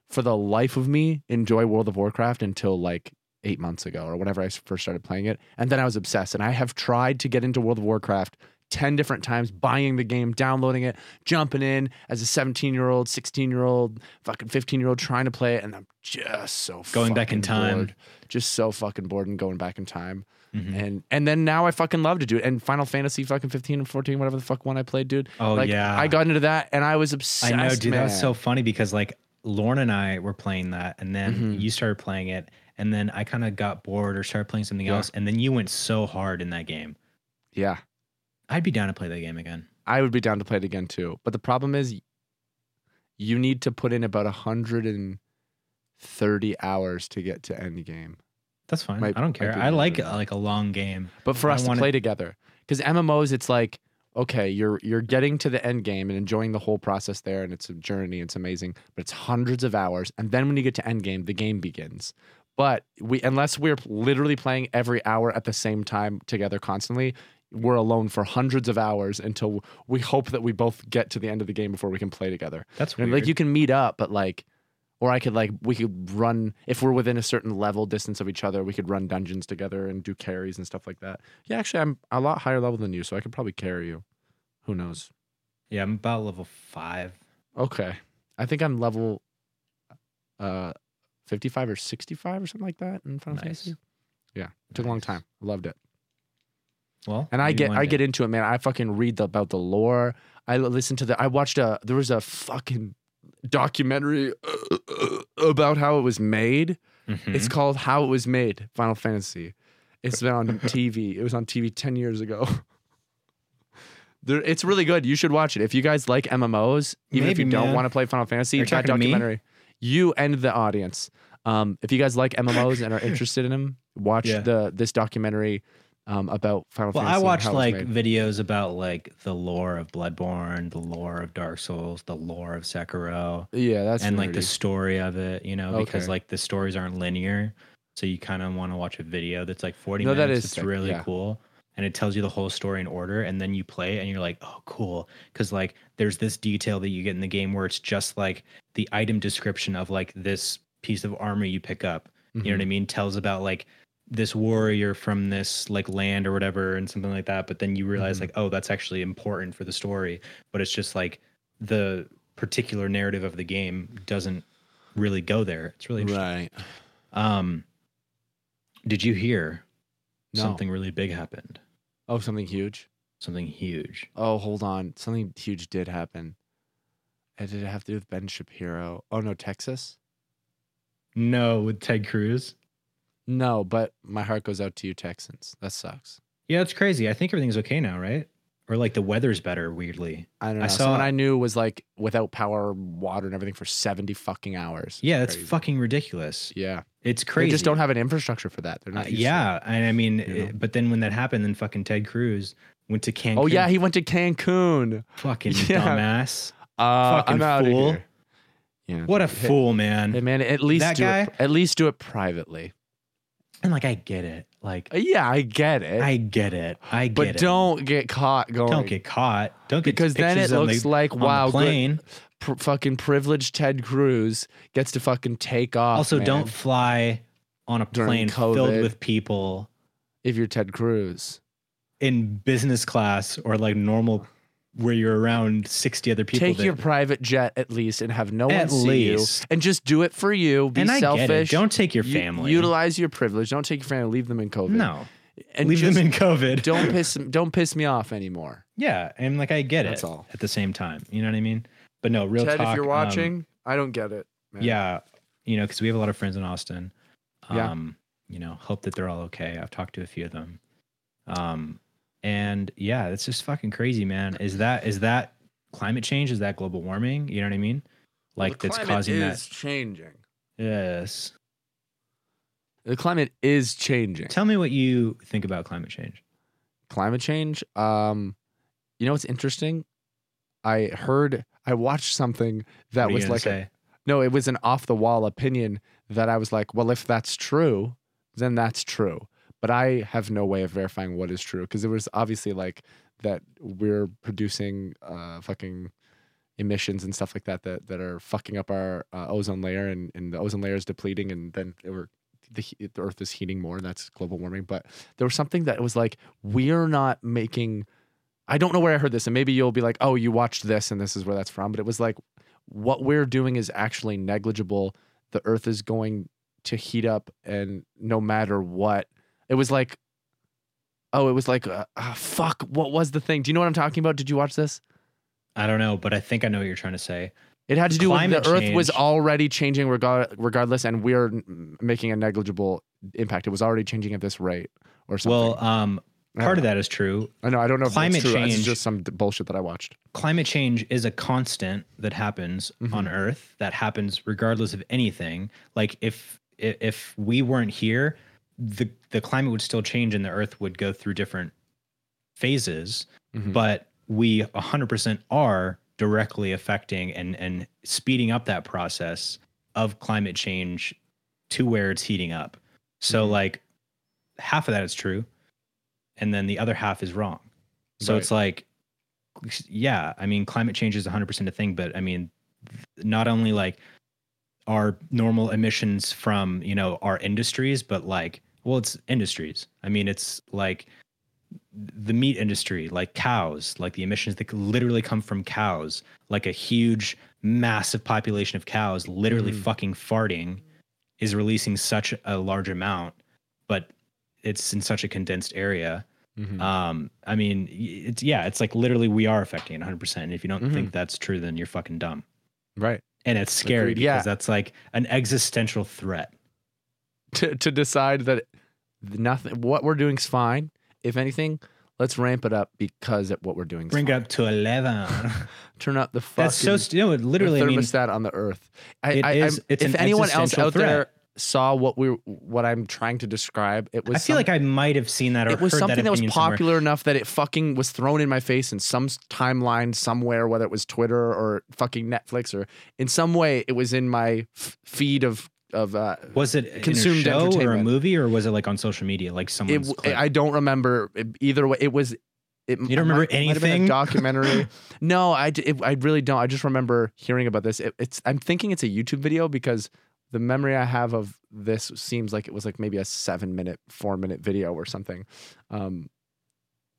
S2: for the life of me, enjoy World of Warcraft until like eight months ago or whenever I s- first started playing it, and then I was obsessed. And I have tried to get into World of Warcraft. 10 different times buying the game, downloading it, jumping in as a 17 year old, 16 year old, fucking 15 year old trying to play it. And I'm just so
S1: Going back
S2: fucking
S1: in time.
S2: bored. Just so fucking bored and going back in time.
S1: Mhm.
S2: And and then now I fucking love to do it. And Final Fantasy fucking 15 and 14, whatever the fuck one I played, dude.
S1: Oh,
S2: like,
S1: yeah.
S2: I got into that and I was obsessed.
S1: I know, dude.
S2: Man.
S1: That was so funny because like Lauren and I were playing that, and then
S2: Mhm.
S1: you started playing it, and then I kind of got bored or started playing something
S2: Yeah.
S1: else, and then you went so hard in that game.
S2: Yeah.
S1: I'd be down to play that game again.
S2: I would be down to play it again too. But the problem is, you need to put in about 130 hours to get to end game.
S1: That's fine.
S2: Might-
S1: I don't
S2: might
S1: care.
S2: be
S1: I like
S2: good.
S1: like a long game.
S2: But for
S1: I
S2: us to
S1: wanna-
S2: play together, because MMOs, it's like okay, you're you're getting to the end game and enjoying the whole process there, and it's a journey, it's amazing, but it's hundreds of hours, and then when you get to end game, the game begins. But we unless we're literally playing every hour at the same time together constantly. We're alone for hundreds of hours until we hope that we both get to the end of the game before we can play together.
S1: That's
S2: And,
S1: weird.
S2: like you can meet up, but like, or I could like we could run if we're within a certain level distance of each other. We could run dungeons together and do carries and stuff like that. Yeah, actually, I'm a lot higher level than you, so I could probably carry you. Who knows?
S1: yeah, I'm about level five.
S2: Okay, I think I'm level, uh, fifty-five or sixty-five or something like that in Final
S1: Nice.
S2: Fantasy. Yeah, it took a long
S1: Nice.
S2: time. I loved it.
S1: Well,
S2: And I
S1: maybe
S2: get
S1: one
S2: I
S1: day.
S2: get into it, man. I fucking read the, about the lore. I l- listen to the. I watched a there was a fucking documentary uh, about how it was made.
S1: Mhm.
S2: It's called How It Was Made: Final Fantasy. It's been on TV. It was on TV ten years ago. There, it's really good. You should watch it if you guys like MMOs. Even if
S1: Maybe,
S2: you don't
S1: man.
S2: want to play Final Fantasy,
S1: Are you
S2: that
S1: talking to me?
S2: documentary. You and the audience. Um, if you guys like MMOs and are interested in them, watch
S1: Yeah.
S2: the this documentary um, about Final
S1: Well,
S2: Fantasy.
S1: I
S2: and
S1: watched
S2: how it was
S1: like
S2: made.
S1: videos about like the lore of Bloodborne, the lore of Dark Souls, the lore of Sekiro,
S2: Yeah, that's
S1: and like the
S2: nerdy.
S1: story of it. You know, because
S2: Okay.
S1: like the stories aren't linear, so you kind of want to watch a video that's like forty
S2: No, that
S1: minutes.
S2: is
S1: it's
S2: sick,
S1: really
S2: yeah.
S1: cool, and it tells you the whole story in order. And then you play, it and you're like, oh, cool, because like there's this detail that you get in the game where it's just like the item description of like this piece of armor you pick up you know
S2: Mm-hmm.
S1: what i mean tells about like this warrior from this like land or whatever and something like that but then you realize
S2: Mhm.
S1: like oh that's actually important for the story but it's just like the particular narrative of the game doesn't really go there it's really interesting.
S2: Mm-hmm. Right.
S1: um did you hear
S2: No.
S1: something really big happened
S2: Oh, something huge.
S1: something huge
S2: Oh, hold on. Something huge did happen. And did it have to do with Ben Shapiro? Oh no, Texas?
S1: no with ted cruz
S2: No, but my heart goes out to you, Texans. That sucks.
S1: yeah it's crazy i think everything's okay now right or like the weather's better weirdly
S2: I don't know.
S1: I saw-
S2: Someone I knew was like without power, water, and everything for seventy fucking hours.
S1: yeah that's
S2: Crazy.
S1: fucking ridiculous
S2: Yeah,
S1: it's crazy
S2: They just don't have an infrastructure for that. They're
S1: Uh,
S2: not. used to it.
S1: yeah, and I mean,
S2: you know?
S1: it- but then when that happened, then fucking Ted Cruz went to Cancun.
S2: Oh yeah, he went to Cancun.
S1: fucking
S2: yeah.
S1: dumbass.
S2: Uh,
S1: Fucking
S2: I'm outta
S1: fool.
S2: here. Yeah.
S1: What a
S2: Hey-
S1: fool,
S2: Hey
S1: man!
S2: man, at least
S1: That
S2: do it.
S1: guy?
S2: At least do it privately.
S1: And like, I get it. Like,
S2: Uh, Yeah, I get it.
S1: I get it. I get
S2: but
S1: it.
S2: don't get caught going.
S1: don't get caught. Don't get
S2: because then it
S1: pictures on
S2: looks
S1: the,
S2: like
S1: on the
S2: wow, good,
S1: plane.
S2: pr- fucking privileged Ted Cruz gets to fucking take off.
S1: also,
S2: man,
S1: don't fly on a
S2: During
S1: plane filled
S2: COVID.
S1: with people
S2: if you're Ted Cruz,
S1: in business class or like normal, where you're around sixty other people.
S2: take
S1: that-
S2: your private jet at least and have no one
S1: At
S2: see
S1: least.
S2: you, and just do it for you. Be
S1: and I
S2: selfish.
S1: get it. Don't take your
S2: U-
S1: family.
S2: utilize your privilege. Don't take your family. Leave them in COVID.
S1: no,
S2: and
S1: leave
S2: just
S1: them in COVID.
S2: don't piss. Don't piss me off anymore.
S1: Yeah, and like I get
S2: That's
S1: it
S2: all.
S1: at the same time. You know what I mean? But no, real
S2: Ted,
S1: talk.
S2: if you're
S1: um,
S2: watching, I don't get it. man.
S1: yeah, you know, because we have a lot of friends in Austin.
S2: Yeah.
S1: Um, you know, hope that they're all okay. I've talked to a few of them. Um, and yeah, it's just fucking crazy, man. Is that is that climate change? Is that global warming? You know what I mean? Like
S2: the
S1: that's
S2: climate
S1: causing
S2: is changing.
S1: that. Yes.
S2: The climate is changing.
S1: Tell me what you think about climate change.
S2: climate change. Um, you know what's interesting? I heard I watched something
S1: What
S2: that
S1: are you
S2: was
S1: gonna
S2: like a,
S1: say?
S2: no, it was an off the wall opinion that I was like, well, if that's true, then that's true. But I have no way of verifying what is true because it was obviously like that we're producing uh, fucking emissions and stuff like that that, that are fucking up our uh, ozone layer and, and the ozone layer is depleting and then it were, the, he- the earth is heating more and that's global warming. But there was something that was like, we're not making. I don't know where I heard this, and maybe you'll be like, "Oh, you watched this, and this is where that's from." But it was like what we're doing is actually negligible. The earth is going to heat up, and no matter what, it was like, oh, it was like, uh, ah, fuck, what was the thing? Do you know what I'm talking about? Did you watch this?
S1: I don't know, but I think I know what you're trying to say.
S2: It had to do
S1: Climate
S2: with the earth was
S1: change.
S2: already changing regard- regardless, and we're n- making a negligible impact. It was already changing at this rate or something.
S1: Well, um, part of that is true.
S2: I know. I don't know if
S1: Climate
S2: that's true. It's
S1: change-
S2: just some d- bullshit that I watched.
S1: Climate change is a constant that happens on Earth that happens regardless of anything. Like if i- if we weren't here, the the climate would still change and the Earth would go through different phases.
S2: Mhm.
S1: But we 100% are directly affecting and and speeding up that process of climate change to where it's heating up. So like half of that is true and then the other half is wrong. So
S2: Right.
S1: it's like yeah, I mean climate change is 100% a thing, but I mean not only like our normal emissions from, you know, our industries, but like well it's industries. I mean it's like the meat industry, like cows, like the emissions that could literally come from cows, like a huge, massive population of cows literally
S2: Mhm.
S1: fucking farting is releasing such a large amount, but it's in such a condensed area.
S2: Mm. Uh,
S1: Um, I mean, y- it's yeah, it's like literally we are affecting it 100%. And if you don't
S2: Mhm.
S1: think that's true, then you're fucking dumb.
S2: Right.
S1: And it's scary
S2: Agreed.
S1: because
S2: Yeah.
S1: that's like an existential threat.
S2: To to decide that nothing, what we're doing's fine. If anything, let's ramp it up because of what we're doing.
S1: Bring it up to 11.
S2: Turn up the fucking.
S1: that's so, st- no, it literally, I
S2: the
S1: mean,
S2: thermostat on the earth. I,
S1: It
S2: I,
S1: is-
S2: I'm-
S1: it's
S2: if
S1: an
S2: anyone else
S1: existential
S2: out there saw what we what I'm trying to describe, it was.
S1: I feel like I might have seen that or
S2: it was
S1: heard
S2: something that, was
S1: opinion somewhere.
S2: popular enough that it fucking was thrown in my face in some s- timeline somewhere, whether it was Twitter or fucking Netflix or in some way it was in my f- feed of of. Uh,
S1: Was it
S2: consumed
S1: consumed in a show or a
S2: entertainment.
S1: movie, or was it like on social media, like
S2: it,
S1: someone's?
S2: w-
S1: clip?
S2: I don't remember it- either way. It was. It,
S1: You don't remember
S2: might- might have been
S1: anything?
S2: a documentary. no, I, d- it- I really don't. I just remember hearing about this. It, it's I'm thinking it's a YouTube video because the memory I have of this seems like it was like maybe a seven minute, four minute video or something. Um,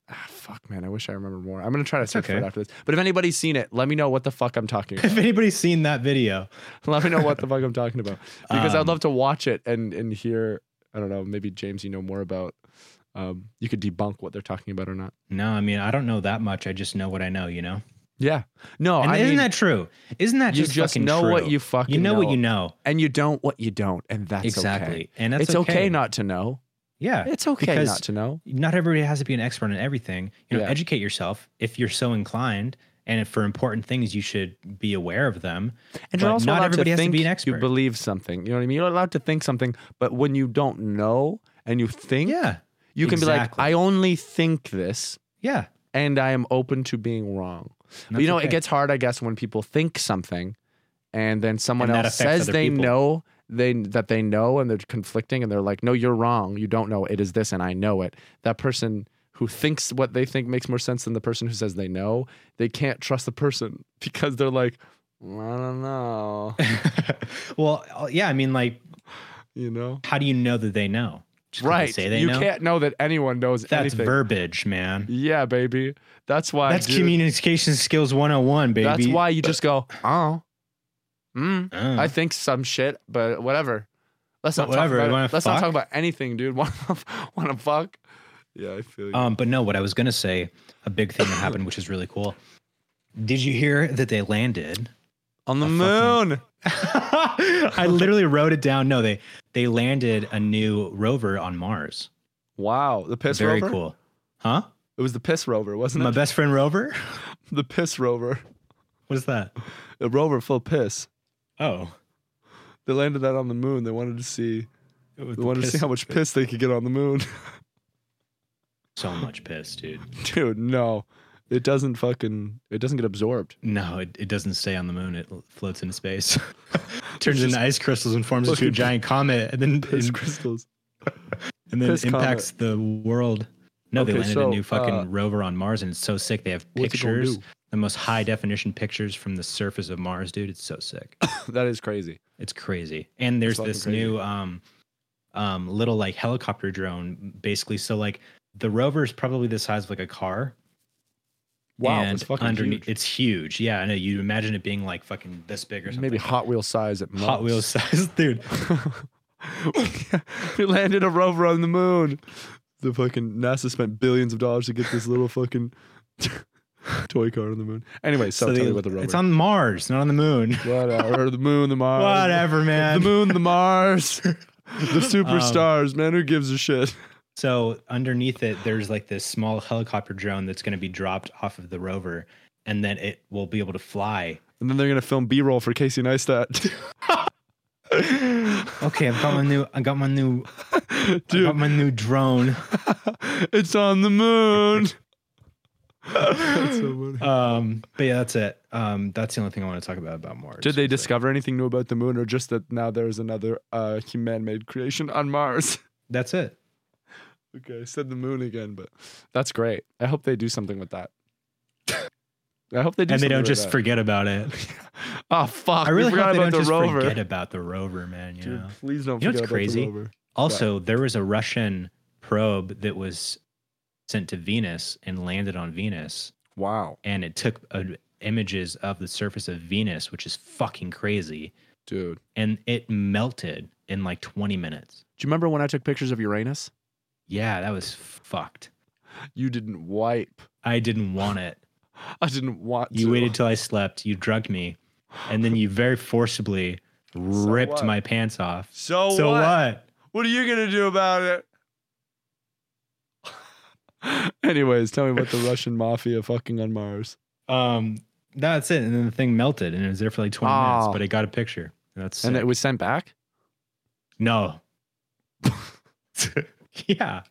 S2: ah, fuck, man, I wish I remembered more. I'm gonna try to search for
S1: okay.
S2: it after this. But if anybody's seen it, let me know what the fuck I'm talking about.
S1: if anybody's seen that video,
S2: let me know what the fuck I'm talking about because I'd
S1: Um,
S2: love to watch it and and hear. I don't know. Maybe James, you know more about. Um, you could debunk what they're talking about or not.
S1: No, I mean I don't know that much. I just know what I know, you know.
S2: Yeah. No,
S1: and
S2: Oh, I
S1: isn't
S2: mean,
S1: that true? Isn't that
S2: you
S1: just,
S2: just
S1: fucking
S2: know what
S1: true?
S2: you fucking
S1: you know, what you know
S2: and you don't what you don't, and that's
S1: exactly,
S2: Okay.
S1: and that's
S2: it's okay. not to know.
S1: yeah.
S2: It's okay
S1: because
S2: not to know.
S1: not everybody has to be an expert in everything. You know,
S2: Yeah.
S1: educate yourself if you're so inclined, and if for important things you should be aware of them.
S2: And you're
S1: but
S2: also
S1: not
S2: allowed to
S1: everybody has to
S2: think
S1: be an expert.
S2: you believe something. You know what I mean? You're allowed to think something, but when you don't know and you think,
S1: yeah,
S2: you can be
S1: exactly.
S2: like, I only think this,
S1: yeah.
S2: and I am open to being wrong. But you
S1: That's
S2: know,
S1: okay.
S2: it gets hard, I guess, when people think something and then someone
S1: And that
S2: else
S1: affects
S2: says
S1: other
S2: they
S1: people.
S2: know they that they know and they're conflicting and they're like, No, you're wrong. You don't know. It is this and I know it. That person who thinks what they think makes more sense than the person who says they know, they can't trust the person because they're like, I don't know.
S1: well, uh, yeah. I mean, like,
S2: You know?
S1: how do you know that they know? Just 'cause they
S2: right.
S1: say they
S2: you
S1: know.
S2: can't know that anyone knows
S1: That's
S2: anything.
S1: verbiage, man.
S2: yeah, baby. That's why
S1: That's
S2: dude,
S1: communication skills 101, baby.
S2: That's why you just go, oh. Mm.
S1: Uh,
S2: I think some shit, but whatever. Let's
S1: But
S2: not
S1: whatever,
S2: talk
S1: you
S2: about
S1: wanna
S2: it. Let's not
S1: fuck?
S2: talk about anything, dude. Wanna wanna fuck? Yeah, I feel you.
S1: um, but no, what I was gonna say, a big thing that happened, which is really cool. Did you hear that they landed?
S2: On the
S1: fucking-
S2: moon.
S1: I literally wrote it down. No, they they landed a new rover on Mars.
S2: Wow, the piss
S1: Very
S2: rover.
S1: cool, huh?
S2: It was the piss rover, wasn't
S1: My
S2: it?
S1: best friend rover.
S2: The piss rover,
S1: What is that?
S2: a rover full of piss.
S1: Oh,
S2: They landed that on the moon. They wanted to see. They wanted to see
S1: Piss-
S2: how much piss they could get on the moon.
S1: so much piss, dude.
S2: dude, no, it doesn't fucking. It doesn't get absorbed.
S1: No, it, it doesn't stay on the moon. It l- floats into space, turns
S2: just
S1: into ice crystals and forms into a
S2: fucking
S1: giant comet, and then
S2: Piss
S1: and-
S2: crystals.
S1: and then
S2: Piss
S1: impacts the world. No, they
S2: Okay,
S1: landed
S2: so,
S1: a new fucking
S2: uh,
S1: rover on Mars, and it's so sick. They have
S2: what's it gonna
S1: pictures,
S2: do?
S1: the most high definition pictures from the surface of Mars, dude. It's so sick.
S2: That is crazy.
S1: It's crazy. And there's
S2: fucking
S1: this new um um little like helicopter drone basically so like the rover is probably the size of like a car.
S2: Wow,
S1: and
S2: it's fucking
S1: underneath-
S2: huge.
S1: it's huge. Yeah, I know. You imagine it being like fucking this big or something.
S2: Maybe Hot Wheel size at most.
S1: Hot Wheels size, dude.
S2: we landed a rover on the moon. The fucking NASA spent billions of dollars to get this little fucking toy car on the moon. Anyway, so, tell
S1: they-
S2: me about the rover.
S1: It's on Mars, not on the moon.
S2: whatever. The moon, the Mars.
S1: Whatever,
S2: The
S1: man.
S2: Um, moon, the Mars. The superstars, man. Who gives a shit?
S1: So underneath it, there's like this small helicopter drone that's going to be dropped off of the rover, and then it will be able to fly.
S2: And then they're gonna film B roll for Casey Neistat.
S1: Okay, I've got my new, I got my new, I got
S2: Dude,
S1: my new drone.
S2: it's on the moon.
S1: Um, but yeah, that's it. Um, that's the only thing I want to talk about about Mars.
S2: Did they discover anything new about the moon, or just that now there's another uh, man-made creation on Mars?
S1: That's it.
S2: Okay, I said the moon again, but that's great. I hope they do something with that. I hope they do.
S1: and they
S2: something
S1: don't
S2: with
S1: just
S2: that.
S1: forget about it.
S2: Oh fuck!
S1: I really
S2: we forgot
S1: hope they
S2: about
S1: don't
S2: the
S1: just
S2: rover.
S1: forget about the rover, man. You
S2: Dude,
S1: know.
S2: please don't
S1: You know
S2: forget
S1: what's
S2: about
S1: crazy?
S2: the rover.
S1: Also, there was a Russian probe that was sent to Venus and landed on Venus,
S2: Wow,
S1: and it took uh, images of the surface of Venus, which is fucking crazy.
S2: dude.
S1: And it melted in like 20 minutes.
S2: Do you remember when I took pictures of Uranus?
S1: Yeah, that was fucked.
S2: You didn't wipe.
S1: I didn't want it.
S2: I didn't want.
S1: You
S2: to.
S1: waited till I slept. You drugged me, and then you very forcibly ripped
S2: what?
S1: my pants off.
S2: So,
S1: so
S2: what? what?
S1: what?
S2: are you gonna do about it? Anyways, tell me about the Russian mafia fucking on Mars.
S1: Um, that's it. And then the thing melted, and it was there for like 20 minutes,
S4: Oh.
S1: but it got a picture. And that's
S2: Ah. And
S1: sick.
S2: it was sent back.
S1: No. yeah.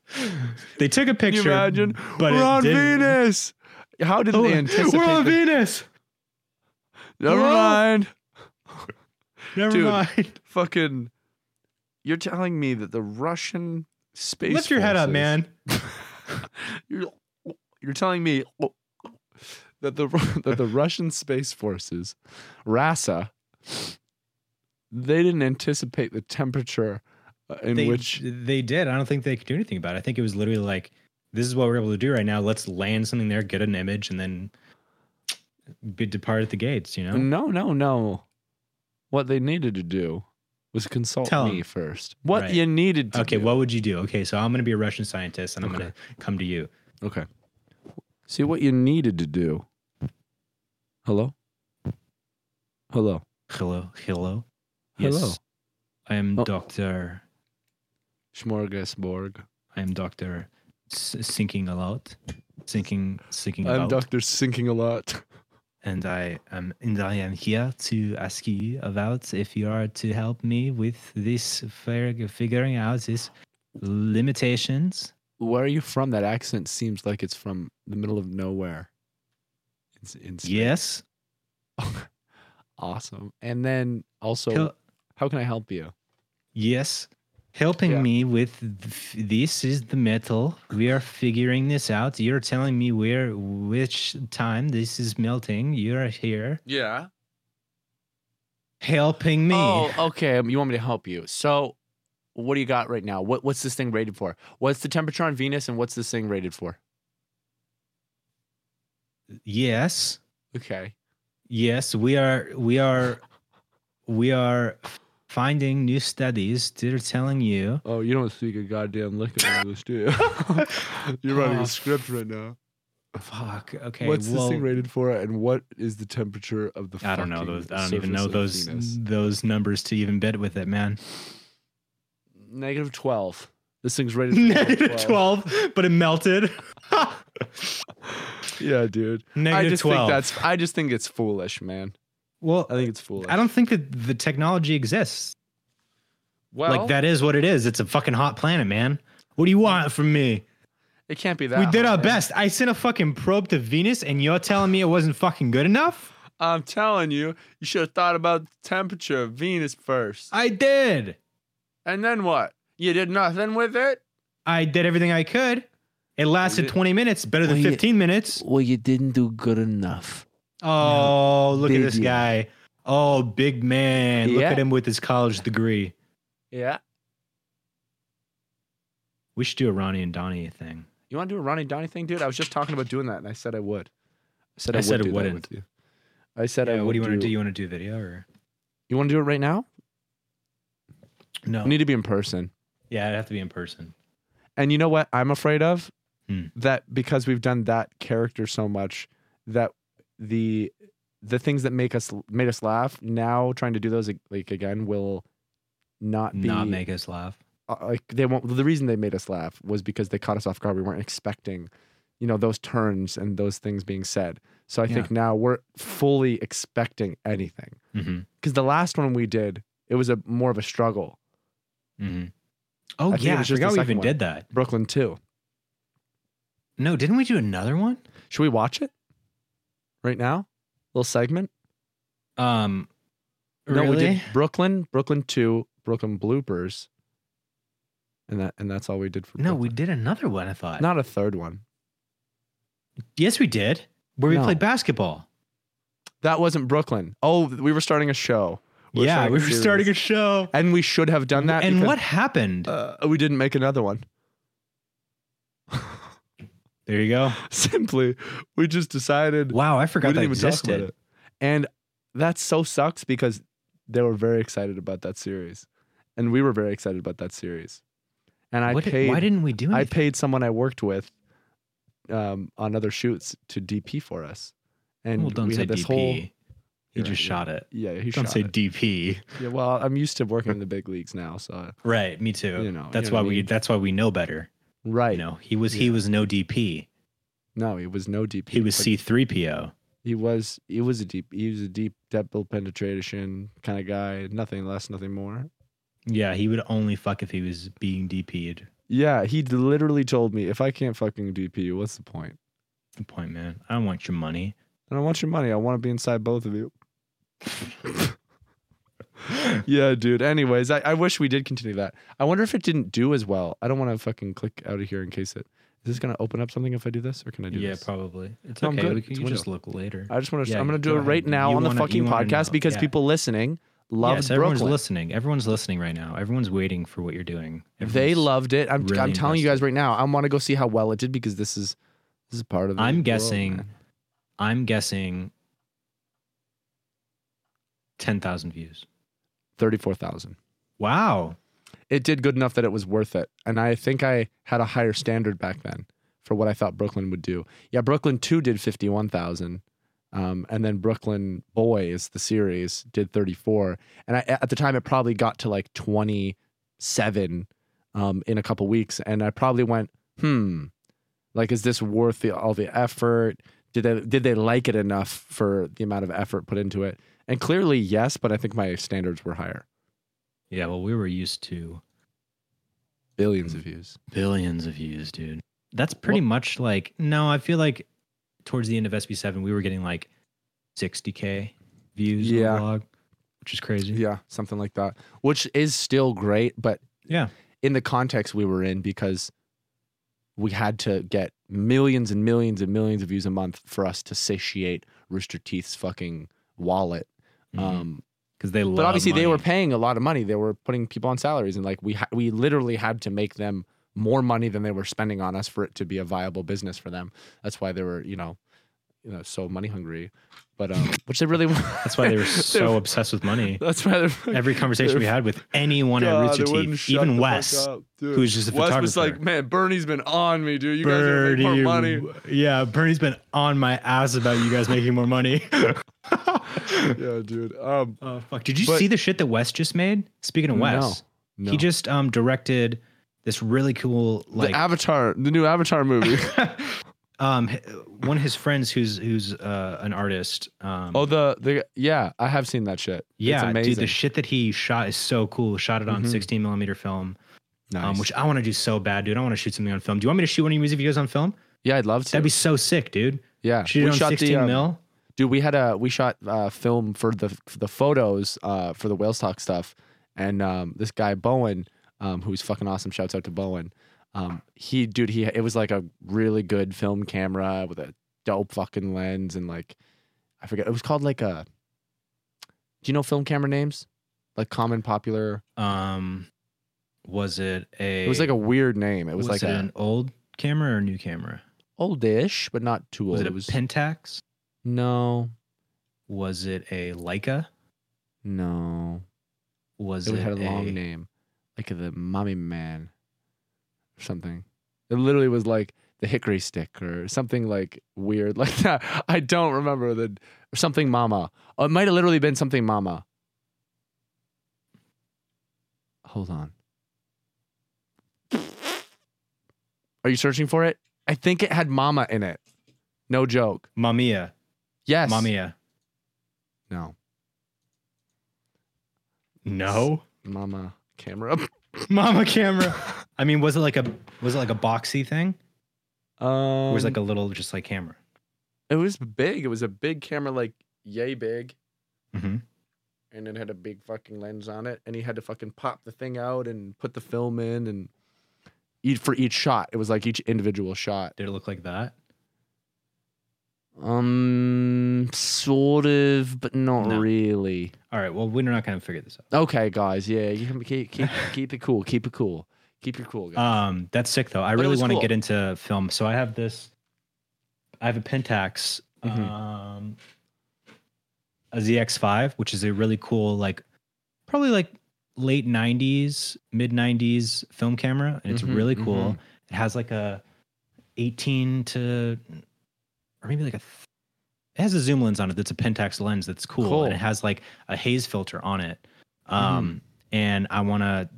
S1: They took a picture.
S2: imagine?
S1: But
S2: We're
S1: it
S2: on
S1: didn't-
S2: Venus. How did
S1: Oh,
S2: they anticipate?
S1: We're on
S2: the-
S1: Venus.
S2: Never
S1: We're on-
S2: mind.
S1: Never
S2: Dude,
S1: mind.
S2: Fucking, you're telling me that the Russian space.
S1: Lift your head up,
S2: forces-
S1: man.
S2: You're, you're telling me that the that the Russian space forces, RASA, they didn't anticipate the temperature uh, in
S1: They,
S2: which
S1: they did. I don't think they could do anything about it. I think it was literally like, this is what we're able to do right now. Let's land something there, get an image, and then be depart at the gates, you know?
S2: No, no, no. What they needed to do was consult
S1: Tell
S2: me
S1: 'em.
S2: first. What
S1: Right.
S2: you needed to
S1: Okay,
S2: do.
S1: what would you do? Okay, so I'm going to be a Russian scientist and I'm
S2: Okay.
S1: going to come to you.
S2: Okay. See what you needed to do. Hello? Hello.
S1: Hello, hello.
S2: Hello.
S1: Yes, I am
S2: Oh.
S1: Dr.
S2: Smorgasborg.
S1: I'm Doctor S- Sinking a lot, sinking, sinking
S2: I'm
S1: about,
S2: Dr. Sinking a lot.
S1: and I am and I am here to ask you about if you are to help me with this fig- figuring out these limitations.
S2: Where are you from? That accent seems like it's from the middle of nowhere. It's, it's
S1: Yes.
S2: awesome. And then also,
S1: Hel-
S2: how can I help you?
S1: Yes. Helping
S2: Yeah.
S1: me with th- this is the metal. We are figuring this out. You're telling me where, which time this is melting. You're here
S2: Yeah.
S1: helping me.
S2: Oh, okay. um, You want me to help you? So, what do you got right now? What What's this thing rated for? What's the temperature on Venus, and what's this thing rated for?
S1: Yes.
S2: Okay.
S1: Yes, we are. We are. We are finding new studies that are telling you.
S2: Oh, you don't speak a goddamn lick of English, do you? You're
S1: running a Oh,
S2: script right now.
S1: Fuck. Okay.
S2: what's
S1: well,
S2: this thing rated for, and what is the temperature of the?
S1: I don't know those. I don't even know those those numbers to even bet with it, man.
S2: Negative twelve. This thing's rated for
S1: Negative twelve, but it melted.
S2: Yeah, dude. I
S1: Negative
S2: just think
S1: twelve.
S2: that's. I just think it's foolish, man.
S1: well.
S2: I think it's foolish.
S1: I don't think that the technology exists.
S2: Well,
S1: like that is what it is. It's a fucking hot planet, man. What do you want from me?
S2: It can't be that.
S1: we did
S2: high.
S1: our best. I sent a fucking probe to Venus, and you're telling me it wasn't fucking good enough?
S2: I'm telling you, you should have thought about the temperature of Venus first.
S1: I did.
S2: And then what? You did nothing with it?
S1: I did everything I could. It lasted
S2: did-
S1: 20 minutes, better than
S2: Well, you-
S1: 15 minutes.
S2: Well, you didn't do good enough.
S1: Oh, look at
S2: did
S1: this
S2: you?
S1: guy. Oh, big man. Look
S2: Yeah.
S1: at him with his college degree.
S2: Yeah.
S1: We should do a Ronnie and Donnie thing.
S2: You want to do a Ronnie Donnie thing, dude? I was just talking about doing that, and I said I would. I said
S1: I
S2: I, would
S1: said I
S2: do that
S1: wouldn't.
S2: with you. I said I.
S1: Yeah, what
S2: would
S1: do you want to do? You want to do video or
S2: You want to do it right now?
S1: no?
S2: We need to be in person.
S1: yeah, it'd have to be in person.
S2: And you know what? I'm afraid of
S1: Hmm.
S2: that because we've done that character so much that the the things that make us made us laugh now trying to do those like again will not be
S1: Not make us laugh.
S2: uh, like they won't. The reason they made us laugh was because they caught us off guard. We weren't expecting, you know, those turns and those things being said. So I
S1: Yeah.
S2: think now we're fully expecting anything.
S1: hmm
S2: Because the last one we did, it was a more of a struggle.
S1: hmm Oh
S2: I think it
S1: yeah, I
S2: was just the
S1: forgot we
S2: second
S1: even
S2: one.
S1: did that.
S2: Brooklyn two.
S1: No, didn't we do another one?
S2: Should we watch it right now? Little segment.
S1: Um,
S2: No, we
S1: really?
S2: did Brooklyn, Brooklyn two, Brooklyn bloopers, and that and that's all we did for.
S1: No, we
S2: Brooklyn.
S1: did another one. I thought.
S2: not a third one.
S1: Yes, we did. Where we
S2: No.
S1: played basketball.
S2: That wasn't Brooklyn. Oh, we were starting a show. We were
S1: yeah,
S2: starting
S1: we
S2: a
S1: were
S2: series.
S1: starting a show.
S2: and we should have done that.
S1: and
S2: Uh, because,
S1: what happened?
S2: Uh, we didn't make another one.
S1: there you go.
S2: Simply, we just decided
S1: Wow, I
S2: we
S1: forgot that
S2: didn't even talk about
S1: existed.
S2: it. And that so sucks because they were very excited about that series, and we were very excited about that series. And I
S1: What did-
S2: paid.
S1: why didn't we do anything?
S2: I paid someone I worked with um, on other shoots to DP for us, and
S1: well, don't
S2: we
S1: say
S2: had this
S1: DP.
S2: whole
S1: he
S2: You're
S1: just
S2: right, yeah.
S1: shot it.
S2: yeah. He
S1: Don't
S2: shot
S1: say
S2: it.
S1: DP.
S2: yeah, well, I'm used to working in the big leagues now, so
S1: Right, me too.
S2: You know, you
S1: that's
S2: know
S1: why
S2: what I
S1: we.
S2: mean.
S1: That's why we know better.
S2: right.
S1: You know, he was he was no DP.
S2: No, he was no DP.
S1: He was
S2: but
S1: C three PO.
S2: He was he was a deep he was a deep double penetration kind of guy. Nothing less, nothing more.
S1: Yeah, he would only fuck if he was being DP'd.
S2: Yeah, he d- literally told me if I can't fucking DP you, what's the point?
S1: Good point, man. I don't want your money.
S2: I don't want your money. I want to be inside both of you. yeah, dude. Anyways, I, I wish we did continue that. I wonder if it didn't do as well. I don't want to fucking click out of here in case it is this gonna open up something if I do this or can I do
S1: Yeah,
S2: this?
S1: probably. It's
S2: No, I'm
S1: okay.
S2: good.
S1: We can
S2: It's
S1: you
S2: window.
S1: just look later.
S2: I just want to.
S1: Yeah,
S2: I'm gonna do
S1: go
S2: it
S1: ahead.
S2: right now
S1: You
S2: on the
S1: wanna-
S2: fucking
S1: you wanna
S2: podcast
S1: know.
S2: because
S1: Yeah.
S2: people listening loved
S1: yes, everyone's
S2: Brooklyn.
S1: listening. Everyone's listening right now. Everyone's waiting for what you're doing.
S2: They
S1: Everyone's-
S2: loved it. I'm,
S1: really
S2: I'm telling you guys
S1: invested.
S2: right now. I want to go see how well it did because this is this is part of. The
S1: I'm
S2: world,
S1: guessing.
S2: man.
S1: I'm guessing. Ten thousand views.
S2: thirty-four thousand.
S1: Wow.
S2: It did good enough that it was worth it, and I think I had a higher standard back then for what I thought Brooklyn would do. Yeah, Brooklyn two did fifty-one thousand, um, and then Brooklyn Boys the series did thirty-four, and I, at the time it probably got to like twenty-seven um, in a couple weeks, and I probably went, hmm, like is this worth the, all the effort? Did they did they like it enough for the amount of effort put into it? And clearly, yes, but I think my standards were higher.
S1: Yeah. Well, we were used to
S2: Billions of views.
S1: billions of views, dude. That's pretty much like no. I feel like towards the end of SB7, we were getting like sixty k views
S2: Yeah.
S1: on the vlog, which is crazy.
S2: Yeah, something like that, which is still great, but
S1: Yeah.
S2: in the context we were in because we had to get millions and millions and millions of views a month for us to satiate Rooster Teeth's fucking wallet.
S1: Mhm.
S2: Um,
S1: because they love
S2: but obviously they were
S1: money.
S2: paying a lot of money. They were putting people on salaries, and like we ha- we literally had to make them more money than they were spending on us for it to be a viable business for them. That's why they were, you know, you know, so money hungry. But um, which they really
S1: that's why they were so obsessed with money
S2: That's why they're
S1: every conversation we had with anyone
S2: God,
S1: at Rooster
S2: they wouldn't
S1: Teeth
S2: shut the
S1: even
S2: fuck
S1: Wes
S2: up, dude.
S1: who's just a
S2: Wes was
S1: photographer.
S2: like, man, Bernie's been on me, dude. You guys are making more money.
S1: yeah Bernie's been on my ass about you guys making more money
S2: Yeah, dude. Um,
S1: oh fuck did you
S2: But-
S1: see the shit that Wes just made speaking of Wes
S2: no.
S1: he just um directed this really cool like
S2: the Avatar, the new Avatar movie.
S1: um h- one of his friends who's who's uh an artist um
S2: oh, the the yeah, I have seen that shit.
S1: yeah
S2: it's amazing.
S1: dude the shit that he shot is so cool shot it on
S2: Mhm.
S1: 16 millimeter film
S2: nice.
S1: um, which I want to do so bad, dude. I want to shoot something on film. Do you want me to shoot one of your music videos on film?
S2: yeah, I'd love to.
S1: That'd be so sick, dude.
S2: yeah,
S1: Shoot it on 16
S2: um,
S1: mil.
S2: dude. We had a we shot uh, film for the for the photos uh, for the whale stock stuff, and um, this guy Bowen, um, who's fucking awesome. Shouts out to Bowen. Um, he dude, he it was like a really good film camera with a dope fucking lens and like I forget it was called like a. Do you know film camera names? Like common popular.
S1: Um, was it a?
S2: It was like a weird name. It was, like
S1: it
S2: a
S1: an old camera or a new camera?
S2: oldish, but not too old.
S1: Was it a
S2: was
S1: Pentax?
S2: no,
S1: Was it a Leica?
S2: no.
S1: Was
S2: it
S1: it,
S2: had a long name, like the Mommy Man, or something. It literally was like the Hickory Stick or something like weird like that. I don't remember the or something Mama. Oh, it might have literally been something Mama. Hold on. Are you searching for it? I think it had mama in it. No joke.
S1: Mamia.
S2: Yes.
S1: Mamia.
S2: No.
S1: No.
S2: Mama camera.
S1: Mama camera. I mean, was it like a was it like a boxy thing?
S2: Um,
S1: Or was it like a little just like camera?
S2: It was big. It was a big camera, like yay big, mm-hmm.
S1: hmm
S2: and it had a big fucking lens on it. And he had to fucking pop the thing out and put the film in, and each for each shot, it was like each individual shot.
S1: Did it look like that?
S2: Um, sort of, but not
S1: No.
S2: really.
S1: All right. Well, we're not gonna figure this out.
S2: Okay, guys. Yeah, you can keep keep keep it cool. Keep it cool. Keep your cool, guys.
S1: Um, that's sick though. I
S2: But it
S1: really
S2: was
S1: want to
S2: cool.
S1: get into film. So I have this. I have a Pentax,
S2: Mhm.
S1: um, a ZX5, which is a really cool, like, probably like late '90s, mid '90s film camera, and it's
S2: Mhm,
S1: really cool.
S2: mhm.
S1: It has like a 18 to, or maybe like a. th- it has a zoom lens on it. That's a Pentax lens. That's cool,
S2: Cool. Mm-hmm.
S1: and it has like a haze filter on it. Um, and I want to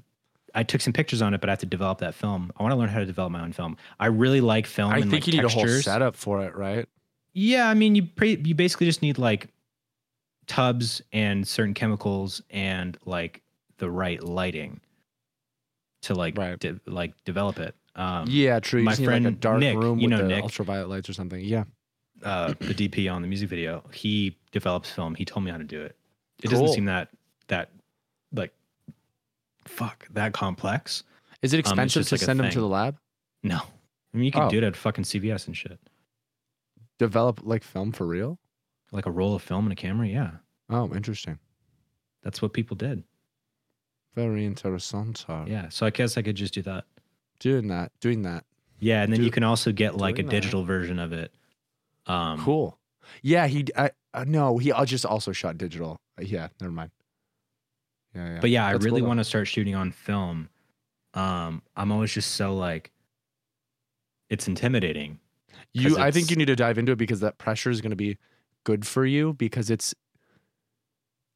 S1: I took some pictures on it, but I have to develop that film. I want to learn how to develop my own film. I really like film.
S2: I
S1: and
S2: think
S1: like
S2: you need
S1: textures.
S2: a whole setup for it, right?
S1: Yeah, I mean, you pre- you basically just need like tubs and certain chemicals and like the right lighting to like
S2: Right.
S1: de- like develop it. Um,
S2: yeah, true. You
S1: my
S2: just need like a
S1: friend
S2: dark
S1: Nick,
S2: room with
S1: you know
S2: the
S1: Nick.
S2: ultraviolet lights or something. Yeah.
S1: uh, the DP on the music video, he develops film. He told me how to do it. It
S2: Cool.
S1: doesn't seem that that like fuck that complex.
S2: Is it expensive
S1: Um, just
S2: to
S1: like a
S2: send them to
S1: thing.
S2: the lab?
S1: No, I mean you can
S2: Oh.
S1: do it at fucking CVS and shit.
S2: Develop like film for real?
S1: Like a roll of film and a camera, yeah.
S2: Oh, interesting.
S1: That's what people did.
S2: Very interessante.
S1: Yeah. So I guess I could just do that.
S2: Doing that, doing that.
S1: Yeah, and then
S2: Do-
S1: you can also get like a
S2: doing that.
S1: digital version of it. Um,
S2: cool. Yeah, he. I, uh, no, he uh, just also shot digital. Uh, yeah, never mind. Yeah, yeah.
S1: But yeah, I
S2: That's
S1: really
S2: cool, though.
S1: want to start shooting on film. Um, I'm always just so like, it's intimidating. 'cause
S2: you. I think
S1: it's-
S2: you need to dive into it because that pressure is going to be good for you because it's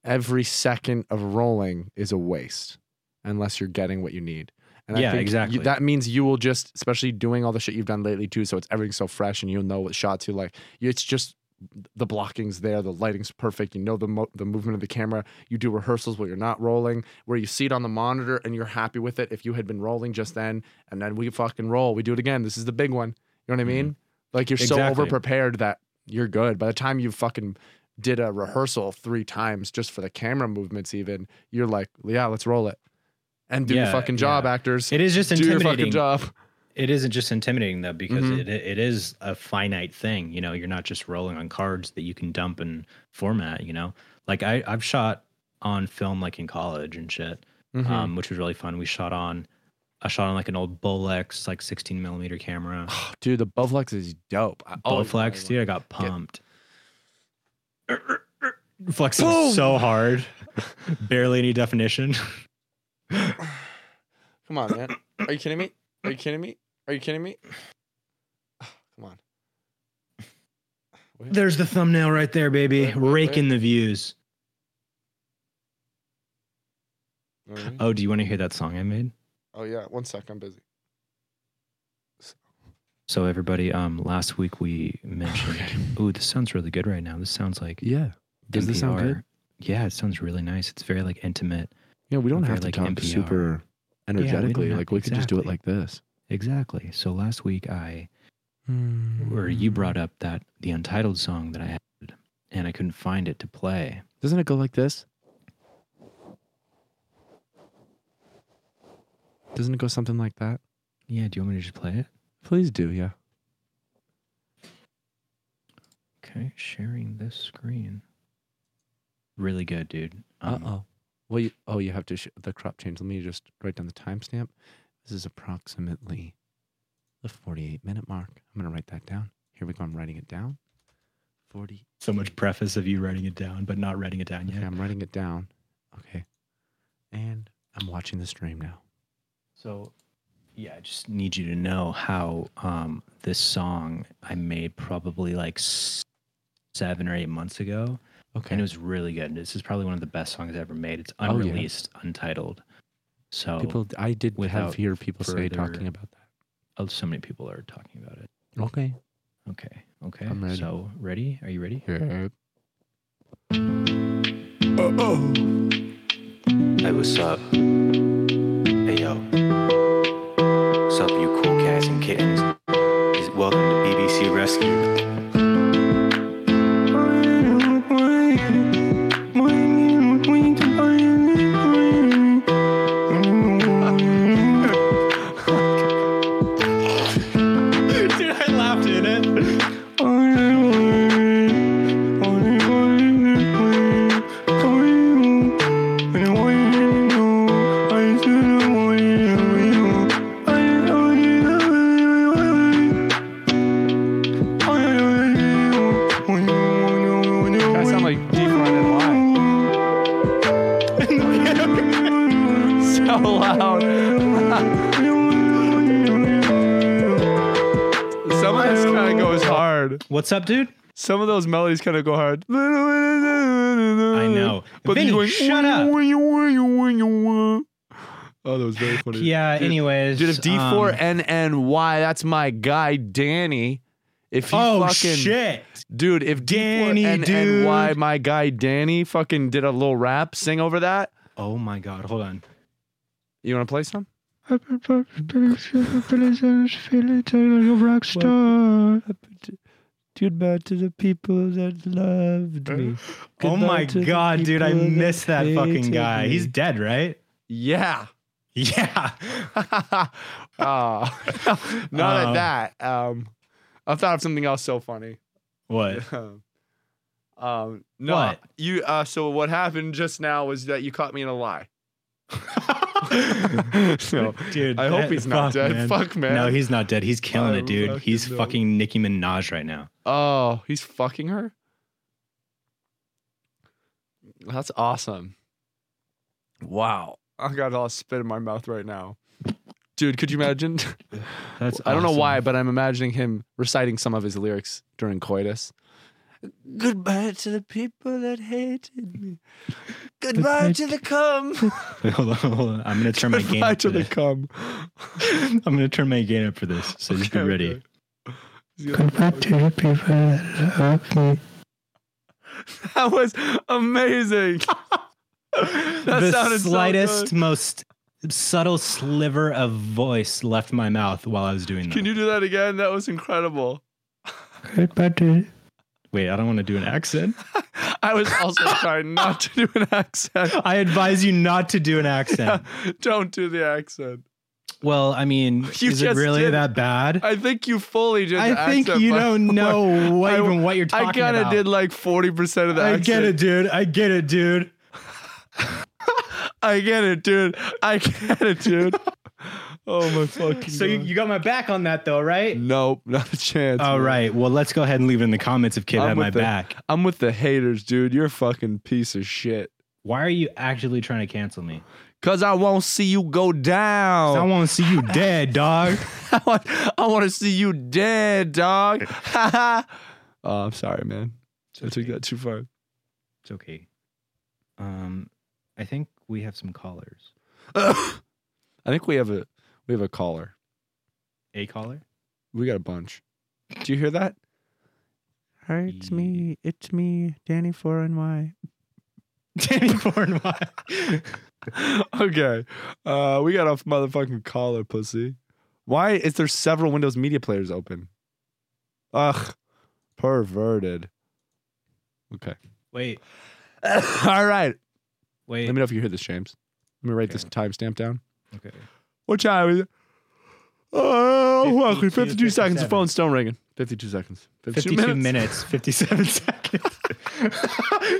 S2: every second of rolling is a waste unless you're getting what you need. And
S1: Yeah,
S2: I think you-
S1: exactly.
S2: that means you will just, especially doing all the shit you've done lately too. So it's everything's so fresh, and you'll know what shots you like. It's just the blocking's there, the lighting's perfect. You know the mo- the movement of the camera. You do rehearsals where you're not rolling, where you see it on the monitor and you're happy with it. If you had been rolling just then, and then we fucking roll, we do it again. This is the big one. You know
S1: Mm-hmm.
S2: what I mean? Like you're so
S1: Exactly.
S2: over prepared that you're good. By the time you fucking did a rehearsal three times just for the camera movements, even you're like, yeah, let's roll it, and do your
S1: Yeah,
S2: fucking job,
S1: yeah.
S2: actors.
S1: It is just
S2: do your fucking
S1: intimidating.
S2: job.
S1: It isn't just intimidating though, because
S2: Mhm.
S1: it it is a finite thing. You know, you're not just rolling on cards that you can dump and format. You know, like I I've shot on film like in college and shit.
S2: Mhm.
S1: um, which was really fun. We shot on, I shot on like an old Bolex, like 16 millimeter camera.
S2: Dude, the Bowflex is dope. I always wanted
S1: Bowflex,
S2: one.
S1: dude, I got pumped. Flexing so hard, barely any definition.
S2: Come on, man. Are you kidding me? Are you kidding me? Are you kidding me? Come on.
S1: There's the thumbnail right there, baby,
S2: Wait, wait,
S1: raking the views.
S2: Alright.
S1: Oh, do you want to hear that song I made?
S2: Oh yeah, one sec. I'm busy.
S1: So everybody, um, last week we mentioned. Ooh, this sounds really good right now. This sounds like
S2: Yeah. Does this sound
S1: NPR.
S2: good?
S1: Yeah, it sounds really nice. It's very like intimate.
S2: Yeah, we don't
S1: Okay,
S2: have to
S1: like
S2: talk
S1: NPR.
S2: super
S1: we don't
S2: energetically.
S1: have-
S2: like we could just do it
S1: exactly.
S2: like this.
S1: Exactly. So last week I
S2: Hmm.
S1: where you brought up that the untitled song that I had and I couldn't find it to play.
S2: Doesn't it go like this? Doesn't it go something like that?
S1: Yeah, do you want me to just play it?
S2: Please do, yeah.
S1: Okay, sharing this screen. Really good, dude.
S2: Uh
S1: Um,
S2: oh. Well, you, oh, you have to sh- the crop change. Let me just write down the timestamp. This is approximately the 48 minute mark. I'm gonna write that down. Here we go. I'm writing it down. 40.
S1: So much preface of you writing it down, but not writing it down
S2: Okay,
S1: yet.
S2: I'm writing it down. Okay, and I'm watching the stream now.
S1: So, yeah, I just need you to know how um, this song I made probably like s- seven or eight months ago,
S2: Okay.
S1: and it was really good. This is probably one of the best songs I ever made. It's
S2: yeah.
S1: unreleased, untitled. So
S2: people. I did have
S1: without
S2: hear people say
S1: further-
S2: talking about that.
S1: oh, so many people are talking about it.
S2: Okay.
S1: Okay. Okay.
S2: I'm ready.
S1: So ready? Are you ready?
S2: Yeah.
S5: Hey, what's up? Hey, yo. What's up, you cool cats and kittens? Is- Welcome to BBC Rescue. Dude, I laughed in it.
S2: I sound like Deep Run NY. so loud. Some of this kind of goes hard.
S1: What's up, dude?
S2: Some of those melodies kind of go hard. I
S1: I
S2: know.
S1: know. Vinny, shut up.
S2: Oh, that was very funny.
S1: Yeah.
S2: Dude,
S1: anyways, um,
S2: Dude, if um, D4NNY, that's my guy, Danny. If he
S1: oh
S2: fucking
S1: shit!
S2: Dude, if
S1: Danny,
S2: D4NNY,
S1: dude.
S2: my guy Danny, fucking did a little rap, sing over that,
S1: Oh my god! Hold on.
S2: you want to play some?
S6: Dude, back to the people that loved me.
S1: oh my
S6: Goodbye to the
S1: god, dude! I
S6: people that
S1: miss that fucking
S6: hated
S1: guy.
S6: me.
S1: He's dead, right?
S2: Yeah.
S1: Yeah.
S2: oh, not at that. Um, I thought of something else so funny.
S1: What?
S2: um, no,
S1: What?
S2: you. Uh, so what happened just now was that you caught me in a lie. so
S1: dude,
S2: I hope
S1: that-
S2: he's not dead.
S1: man.
S2: Fuck, man.
S1: No, he's not dead. He's killing
S2: I
S1: it, dude.
S2: fucking
S1: He's
S2: know.
S1: fucking Nicki Minaj right now.
S2: Oh, he's fucking her? That's awesome. Wow. I got all spit in my mouth right now. Dude, could you imagine?
S1: That's
S2: I don't know
S1: awesome.
S2: why, but I'm imagining him reciting some of his lyrics during coitus. Goodbye to the people that hated me. Goodbye to the cum.
S1: hold on, hold on. I'm gonna turn my game
S2: Goodbye
S1: up.
S2: to
S1: For
S2: the
S1: this.
S2: cum.
S1: I'm gonna turn my game up for this. So just be
S2: Okay,
S1: ready.
S2: okay. Goodbye to the people that loved me. That was amazing. that
S1: the
S2: sounded so
S1: slightest,
S2: good.
S1: most subtle sliver of voice left my mouth while I was doing that.
S2: Can you do that again? That was incredible.
S1: Wait, I don't want to do an accent.
S2: I was also trying not to do an accent.
S1: I advise you not to do an accent.
S2: Don't do the accent.
S1: Well, I mean,
S2: You
S1: is it
S2: just
S1: really
S2: did.
S1: that bad?
S2: I think you fully did. the
S1: I think
S2: accent,
S1: you
S2: by
S1: don't
S2: the way.
S1: know what,
S2: I-
S1: even what you're
S2: I
S1: talking
S2: kind of
S1: about.
S2: did like forty percent of the
S1: I
S2: accent.
S1: get it, dude. I get it, dude.
S2: I get it, dude. I get it, dude. oh my fucking. Mm,
S1: So you,
S2: God.
S1: you got my back on that, though, right?
S2: Nope, not a chance.
S1: All
S2: man.
S1: right. Well, let's go ahead and leave it in the comments if Kid
S2: I'm
S1: had my
S2: with it.
S1: back.
S2: I'm with the haters, dude. You're a fucking piece of shit.
S1: Why are you actually trying to cancel me?
S2: Cause I won't see you go
S1: 'Cause I
S2: down.
S1: want to see you dead, dog.
S2: I want, I want to see you dead, dog. oh, I'm sorry, man. I took that too far.
S1: It's okay. Um, I think we have some callers.
S2: I think we have a we have a caller.
S1: A caller?
S2: We got a bunch. Do you hear that? Hi,
S1: it's me.
S2: It's me, Danny Four and Y.
S1: Danny Pornwhy.
S2: okay, uh, we got a motherfucking caller, pussy. Why is there several Windows Media Players open? Ugh, perverted. Okay.
S1: Wait,
S2: All right.
S1: wait.
S2: Let me know if you hear this, James. Let me write this timestamp down. Uh,
S1: Okay.
S2: What time is it? Oh, welcome.
S1: 52,
S2: 52 seconds. The
S1: 57.
S2: phone's still ringing. 52 seconds. 52,
S1: 52 minutes. 57 seconds.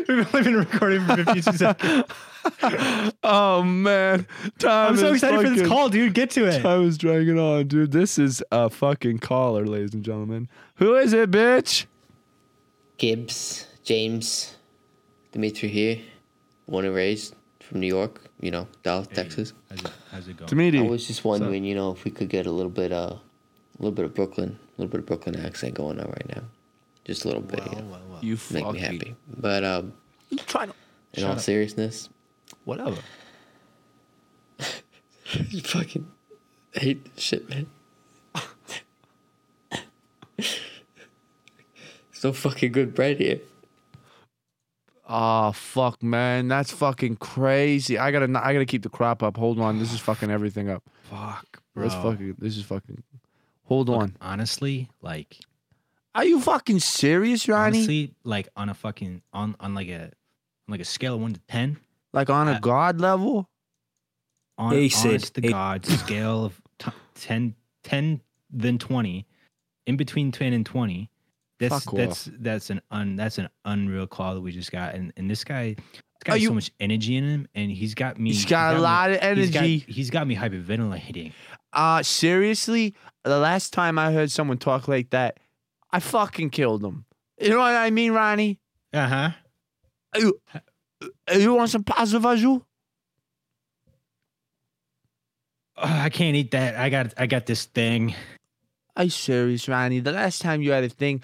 S1: We've only been recording for 52 seconds.
S2: oh man, time.
S1: I'm so
S2: is
S1: excited for this
S2: fucking-
S1: call, dude. Get to it.
S2: Time is dragging on, dude. This is a fucking caller, ladies and gentlemen. Who is it, bitch?
S7: Gibbs, James, Dimitri here, born and raised from New York, you know, Dallas, Texas.
S1: How's it, how's it going?
S7: I
S2: Dimitri.
S7: was just wondering, you know, if we could get a little bit, uh, a little bit of Brooklyn, a little bit of Brooklyn accent going on right now, just a little bit, you know,
S2: You
S7: make me happy. But um,
S2: trying to
S7: in all seriousness,
S2: whatever.
S7: I fucking hate this shit, man. so fucking good bread here.
S2: Oh fuck, man, that's fucking crazy. I gotta, I gotta keep the crop up. Hold on, this is fucking everything up.
S1: Fuck, bro.
S2: This fucking, this is fucking. Hold on.
S1: Honestly, like
S2: Are you fucking serious, Ronnie?
S1: honestly, like on a fucking on on like a on like a scale of one to ten,
S2: like on a
S1: I-
S2: god level?
S1: on
S8: They
S1: honest
S8: said
S1: to
S8: eight.
S1: God scale of t- 10, 10 then twenty, in between ten and twenty. That's
S2: Fuck off.
S1: that's that's an un that's an unreal call that we just got, and and this guy, this guy
S2: Are
S1: has
S2: you-
S1: so much energy in him, and he's got me.
S2: He's got a
S1: me-
S2: lot of
S1: he's got-
S2: energy.
S1: he's got me hyperventilating.
S2: Uh seriously, the last time I heard someone talk like that, I fucking killed them. You know what I mean, Ronnie?
S1: Uh
S2: Uh-huh.
S1: huh.
S2: You, you want some positive azul?
S1: Oh, I can't eat that. I got I got this thing.
S2: Are you serious, Ronnie? The last time you had a thing,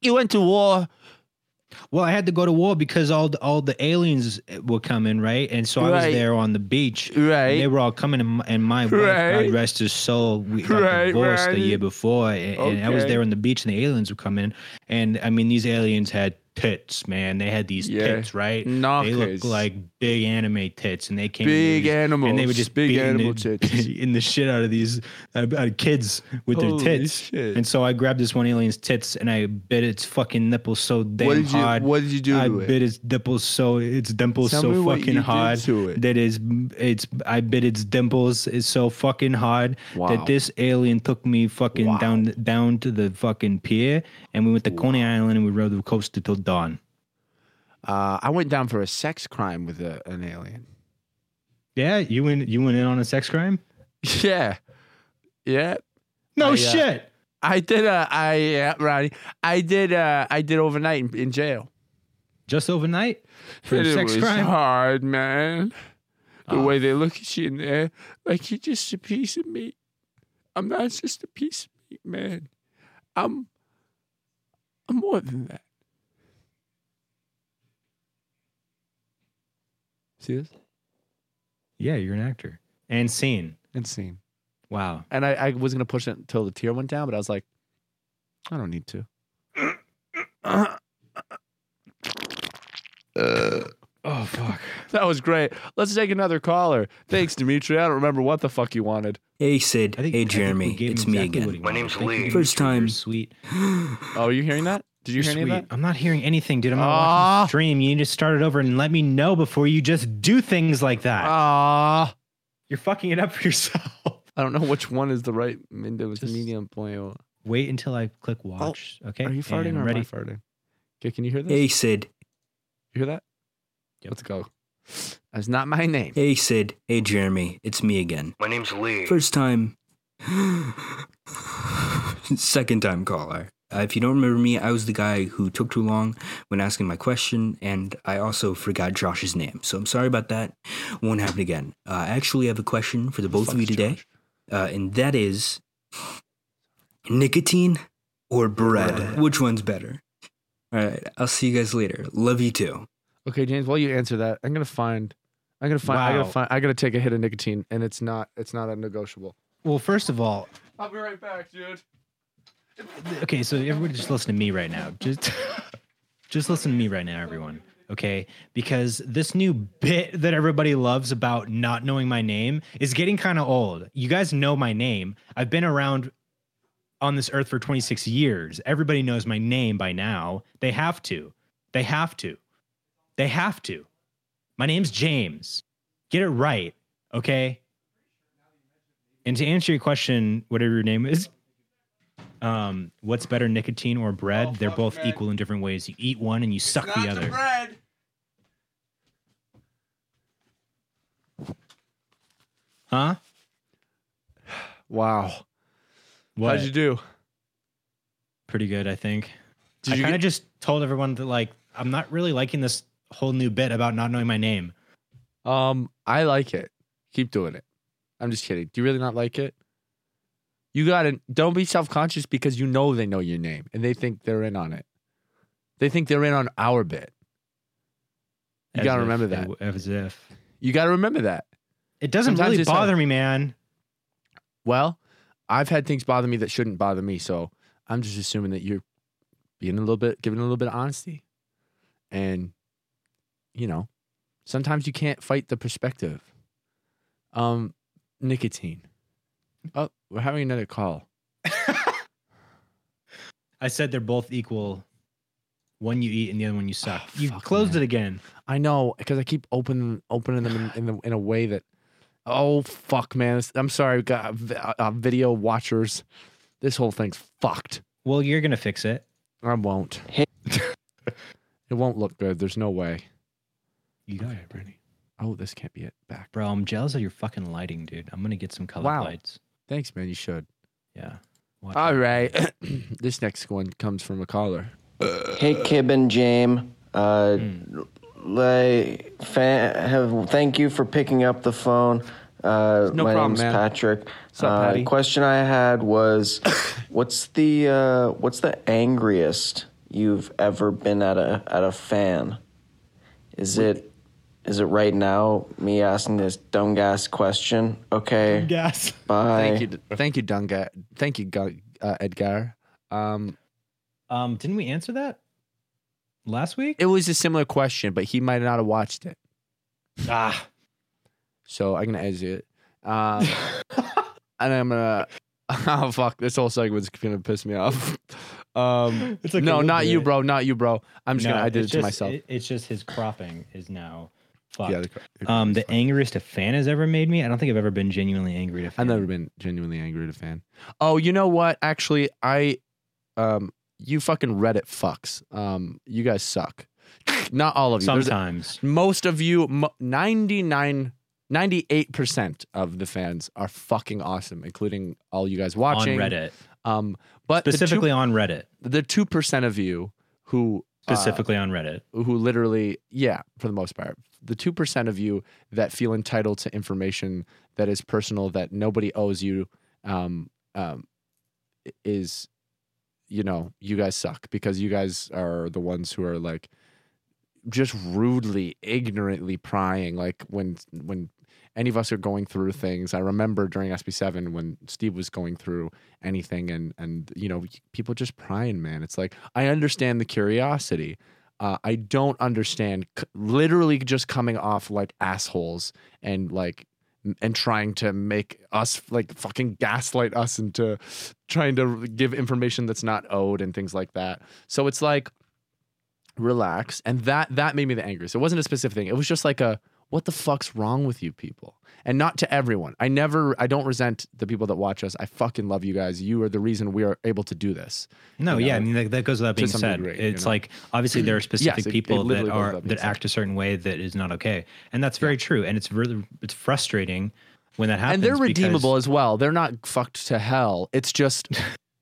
S2: you went to war.
S1: Well, I had to go to war because all the, all the aliens were coming, right? And so I
S2: Right.
S1: was there on the beach. And they
S2: Right.
S1: were all coming, and my, and my wife,
S2: Right.
S1: God rest his soul, we got
S2: Right,
S1: divorced
S2: right.
S1: the year before, and, and I was
S2: Okay.
S1: there on the beach, and the aliens were coming. And I mean, these aliens had tits, man. They had these
S2: Yeah.
S1: tits, right? They looked like big anime tits, and they came. in
S2: big
S1: these-
S2: animals.
S1: and they were just
S2: big
S1: beating
S2: animal
S1: the,
S2: tits.
S1: in the shit out of these uh, uh, kids with
S2: Holy
S1: their tits.
S2: shit.
S1: And so I grabbed this one alien's tits and I bit its fucking nipples so damn
S2: what did you
S1: hard.
S2: What did you do
S1: I
S2: to it?
S1: bit its dimples so its dimples
S2: Tell me
S1: so
S2: what you
S1: fucking
S2: did
S1: hard
S2: to it.
S1: that is it's I bit its dimples is so fucking hard
S2: Wow.
S1: that this alien took me fucking
S2: Wow.
S1: down down to the fucking pier and we went to Coney Island and we rode the coaster till dawn.
S2: Uh, I went down for a sex crime with a, an alien.
S1: Yeah, you went you went in on a sex crime?
S2: Yeah, yeah.
S1: No
S2: I, uh,
S1: shit.
S2: I did. Uh, I yeah, Ronnie. I did. Uh, I did overnight in, in jail
S1: Just overnight for
S2: And
S1: a sex
S2: it was
S1: crime.
S2: Hard man. The
S1: Oh.
S2: way they look at you in there, like you're just a piece of meat. I'm not just a piece of meat, man. I'm. I'm more than that. See this?
S1: Yeah, you're an actor. And scene.
S2: Insane.
S1: Wow.
S2: And I, I was gonna push it until the tear went down, but I was like, I don't need to.
S1: Oh fuck.
S2: That was great. Let's take another caller. Thanks, Dimitri. I don't remember what the fuck you wanted.
S8: Hey Sid, hey Jeremy,
S1: gave him
S8: it's me
S1: exactly
S8: again.
S1: what he wanted.
S9: name's
S1: Thank you,
S9: Lee.
S1: Dimitri.
S8: First
S1: You're
S8: time.
S1: Sweet.
S2: Oh, are you hearing that? Did you
S1: You're
S2: hear any
S1: sweet.
S2: of that? Ah.
S1: I'm not hearing anything, dude. I'm not
S2: Aw.
S1: watching the stream. You need to start it over and let me know before you just do things like that.
S2: Ah,
S1: You're fucking it up for yourself.
S2: I don't know which one is the right Windows
S1: Just-
S2: medium player.
S1: Wait until I click watch. okay.
S2: Oh, Are you farting
S1: and
S2: or am I
S1: ready?
S2: farting? Okay, can you hear this?
S8: Hey Sid,
S2: You hear that?
S1: Yep.
S2: Let's go. That's not my name.
S8: hey Sid, hey Jeremy, it's me again.
S9: My name's Lee.
S8: First time, second time caller. Uh, if you don't remember me, I was the guy who took too long when asking my question, and I also forgot Josh's name. So I'm sorry about that. Won't happen again. Uh, I actually have a question for the both
S2: Fuck
S8: of you today,
S2: Josh.
S8: uh, and that is nicotine or bread? Which one's better? All right, I'll see you guys later. Love you too.
S2: Okay, James. While you answer that, I'm gonna find. I'm gonna find. I gotta
S1: Wow.
S2: find. I gotta take a hit of nicotine, and it's not. It's not a negotiable.
S1: Well, first of all,
S2: I'll be right back, dude.
S1: okay, so everybody just listen to me right now. Just just listen to me right now, everyone. Okay? Because this new bit that everybody loves about not knowing my name is getting kind of old. You guys know my name. I've been around on this earth for 26 years. Everybody knows my name by now. They have to. They have to. They have to. My name's James. Get it right, okay? And to answer your question, whatever your name is, um, what's better, nicotine or bread?
S2: Oh,
S1: They're
S2: fuck,
S1: both
S2: man.
S1: equal in different ways. You eat one and you suck the other.
S2: bread.
S1: Huh?
S2: Wow.
S1: What?
S2: How'd you do?
S1: Pretty good, I think.
S2: Did
S1: I
S2: you
S1: kind of
S2: get-
S1: just told everyone that like I'm not really liking this whole new bit about not knowing my name.
S2: Um, I like it. Keep doing it. I'm just kidding. Do you really not like it? You gotta don't be self conscious because you know they know your name and they think they're in on it. They think they're in on our bit. You
S1: As
S2: gotta
S1: if
S2: remember
S1: it
S2: that.
S1: w- As if
S2: You gotta remember that.
S1: it doesn't
S2: Sometimes
S1: really
S2: it's hard.
S1: bother me, man.
S2: Well, I've had things bother me that shouldn't bother me, so I'm just assuming that you're being a little bit, giving a little bit of honesty. And, you know, sometimes you can't fight the perspective. Um, nicotine. Oh, we're having another call.
S1: I said they're both equal. One you eat and the other one you suck.
S2: Oh,
S1: you
S2: fuck,
S1: closed
S2: man.
S1: it again.
S2: I know because I keep opening opening them in in, the, in a way that oh fuck man This- I'm sorry we got uh, uh, video watchers this whole thing's fucked
S1: Well, you're gonna fix it.
S2: I won't
S7: Hey.
S2: it won't look good there's no way
S1: You got it,
S2: Brittany oh this can't be it back
S1: bro. I'm jealous of your fucking lighting, dude. I'm gonna get some colored
S2: Wow.
S1: lights.
S2: thanks man you should
S1: Yeah. Watch
S2: all
S1: out.
S2: right this next one comes from a caller
S10: Hey, Kib and Jame. Uh,
S2: Hmm.
S10: like, fa- have, thank you for picking up the phone. Uh,
S2: No
S10: my
S2: problem,
S10: name's
S2: man.
S10: Patrick.
S2: Sup, Patty?
S10: uh, question I had was, what's the uh, what's the angriest you've ever been at a at a fan? Is it is it right now? Me asking this dumb gas question.
S2: Eh.
S10: Okay,
S1: Gas.
S10: bye.
S2: thank you d- thank you Dunga thank you Gu- uh, Edgar um
S1: Um, didn't we answer that last week?
S2: it was a similar question but he might not have watched it
S1: ah,
S2: So I'm gonna exit. Um, and I'm gonna. Oh fuck! This whole segment's gonna piss me off. Um,
S1: It's okay,
S2: no,
S1: we'll
S2: not
S1: do
S2: you,
S1: it.
S2: bro. Not you, bro. I'm just gonna. I did it
S1: it's
S2: to
S1: just-
S2: myself.
S1: it- it's just his cropping is now fucked.
S2: yeah. the-
S1: um, the angriest a fan has ever made me. I don't think I've ever been genuinely angry at a fan.
S2: I've never been genuinely angry at a fan. Oh, you know what? Actually, I, um, you fucking Reddit fucks. Um, you guys suck. Not all of you. There's-
S1: Sometimes.
S2: most of you mo- 99 98% of the fans are fucking awesome including all you guys watching
S1: on Reddit,
S2: Um, but
S1: specifically
S2: specifically,
S1: on Reddit,
S2: the two percent of you who uh,
S1: specifically on Reddit.
S2: who literally, yeah, for the most part, the two percent of you that feel entitled to information that is personal that nobody owes you, um, um, i- is, you know, you guys suck because you guys are the ones who are like, just rudely, ignorantly prying. Like when when any of us are going through things. I remember during SB seven when Steve was going through anything and and you know people just prying man it's like i understand the curiosity uh, i don't understand c- literally just coming off like assholes and like m- and trying to make us like fucking gaslight us into trying to give information that's not owed and things like that so it's like relax and that that made me the angriest it wasn't a specific thing it was just like a what the fuck's wrong with you people and not to everyone i never i don't resent the people that watch us i fucking love you guys you are the reason we are able to do this
S1: No,
S2: you
S1: yeah,
S2: know,
S1: I mean that, that goes without being
S2: some
S1: said.
S2: degree, you
S1: it's
S2: know.
S1: like obviously there are specific
S2: it- it
S1: people that
S2: literally goes
S1: are
S2: without being
S1: that
S2: said.
S1: act a certain way that is not okay, and that's very true. And it's really it's frustrating when that happens.
S2: and they're
S1: because-
S2: redeemable as well. They're not fucked to hell. It's just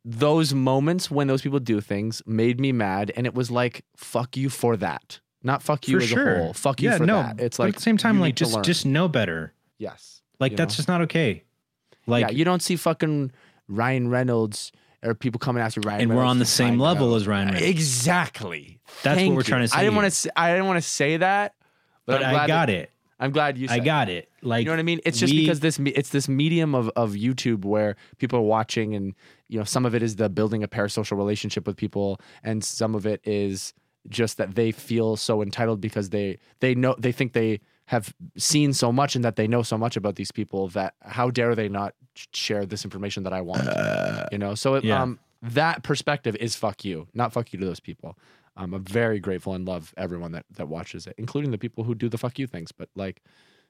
S2: those moments when those people do things made me mad, and it was like fuck you for that. Not fuck you
S1: for
S2: as
S1: sure.
S2: a whole. Fuck you
S1: yeah,
S2: for
S1: no,
S2: that. It's
S1: but
S2: like
S1: at the same time,
S2: you
S1: like
S2: need to
S1: just
S2: learn.
S1: just know better.
S2: yes,
S1: Like
S2: you
S1: that's
S2: know?
S1: just not okay. Like
S2: yeah. You don't see fucking Ryan Reynolds or people coming after Ryan.
S1: and we're
S2: Reynolds
S1: on the
S2: for
S1: same
S2: trying
S1: level
S2: out.
S1: as Ryan Reynolds.
S2: Exactly.
S1: That's what
S2: Thank
S1: we're trying
S2: you.
S1: to say
S2: I didn't
S1: to
S2: want
S1: you.
S2: to. Say, I didn't want to say that, but,
S1: but
S2: I'm glad
S1: I got
S2: that-
S1: it.
S2: I'm glad you. Said
S1: I
S2: it.
S1: got it. Like
S2: you know what I mean? It's just
S1: we-
S2: because this me- it's this medium of of YouTube where people are watching, and you know, some of it is the building a parasocial relationship with people, and some of it is just that they feel so entitled because they they know they think they have seen so much and that they know so much about these people that how dare they not sh- share this information that I want? you know, so it,
S1: Uh, Yeah.
S2: um, that perspective is fuck you, not fuck you to those people. Um, I'm very grateful and love everyone that that watches it, including the people who do the fuck you things. But like,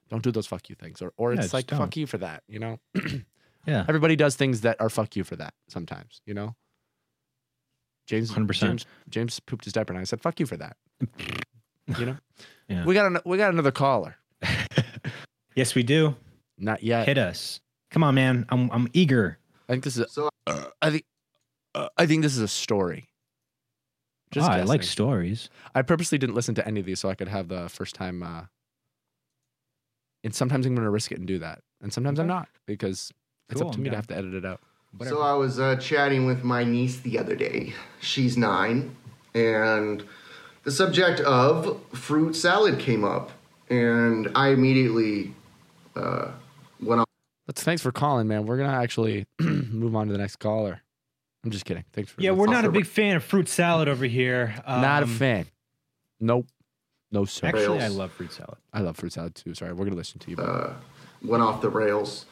S2: don't do those fuck you things, or or
S1: Yeah,
S2: it's
S1: just
S2: like fuck
S1: don't.
S2: you for that. You know,
S1: Yeah.
S2: everybody does things that are fuck you for that sometimes. You know, James,
S1: 100%.
S2: James, James pooped his diaper, and I said fuck you for that. you know,
S1: Yeah.
S2: we got an, we got another caller.
S1: yes, we do.
S2: Not yet.
S1: Hit us. Come on, man. I'm I'm eager.
S2: I think this is. A, uh, I think uh, I think this is a story. Just
S1: Ah, I like
S2: guessing.
S1: stories.
S2: I purposely didn't listen to any of these so I could have the first time. Uh, and sometimes I'm going to risk it and do that, and sometimes I'm not because it's
S1: Cool,
S2: up to
S1: I'm
S2: me to
S1: down.
S2: have to edit it out.
S10: So I was uh, chatting with my niece the other day. She's nine, and the subject of fruit salad came up, and I immediately uh, went
S2: But thanks for calling, man. We're gonna actually move on to the next caller. I'm just kidding. Thanks for
S1: Yeah, we're not a
S4: Offer-
S1: big fan of fruit salad over here.
S2: not a
S1: Um,
S2: fan. Nope. No sir.
S1: Actually, Uh, I
S11: Rails.
S1: love fruit salad.
S2: I love fruit salad too. Sorry, we're gonna listen to you. but
S12: uh, went off the rails.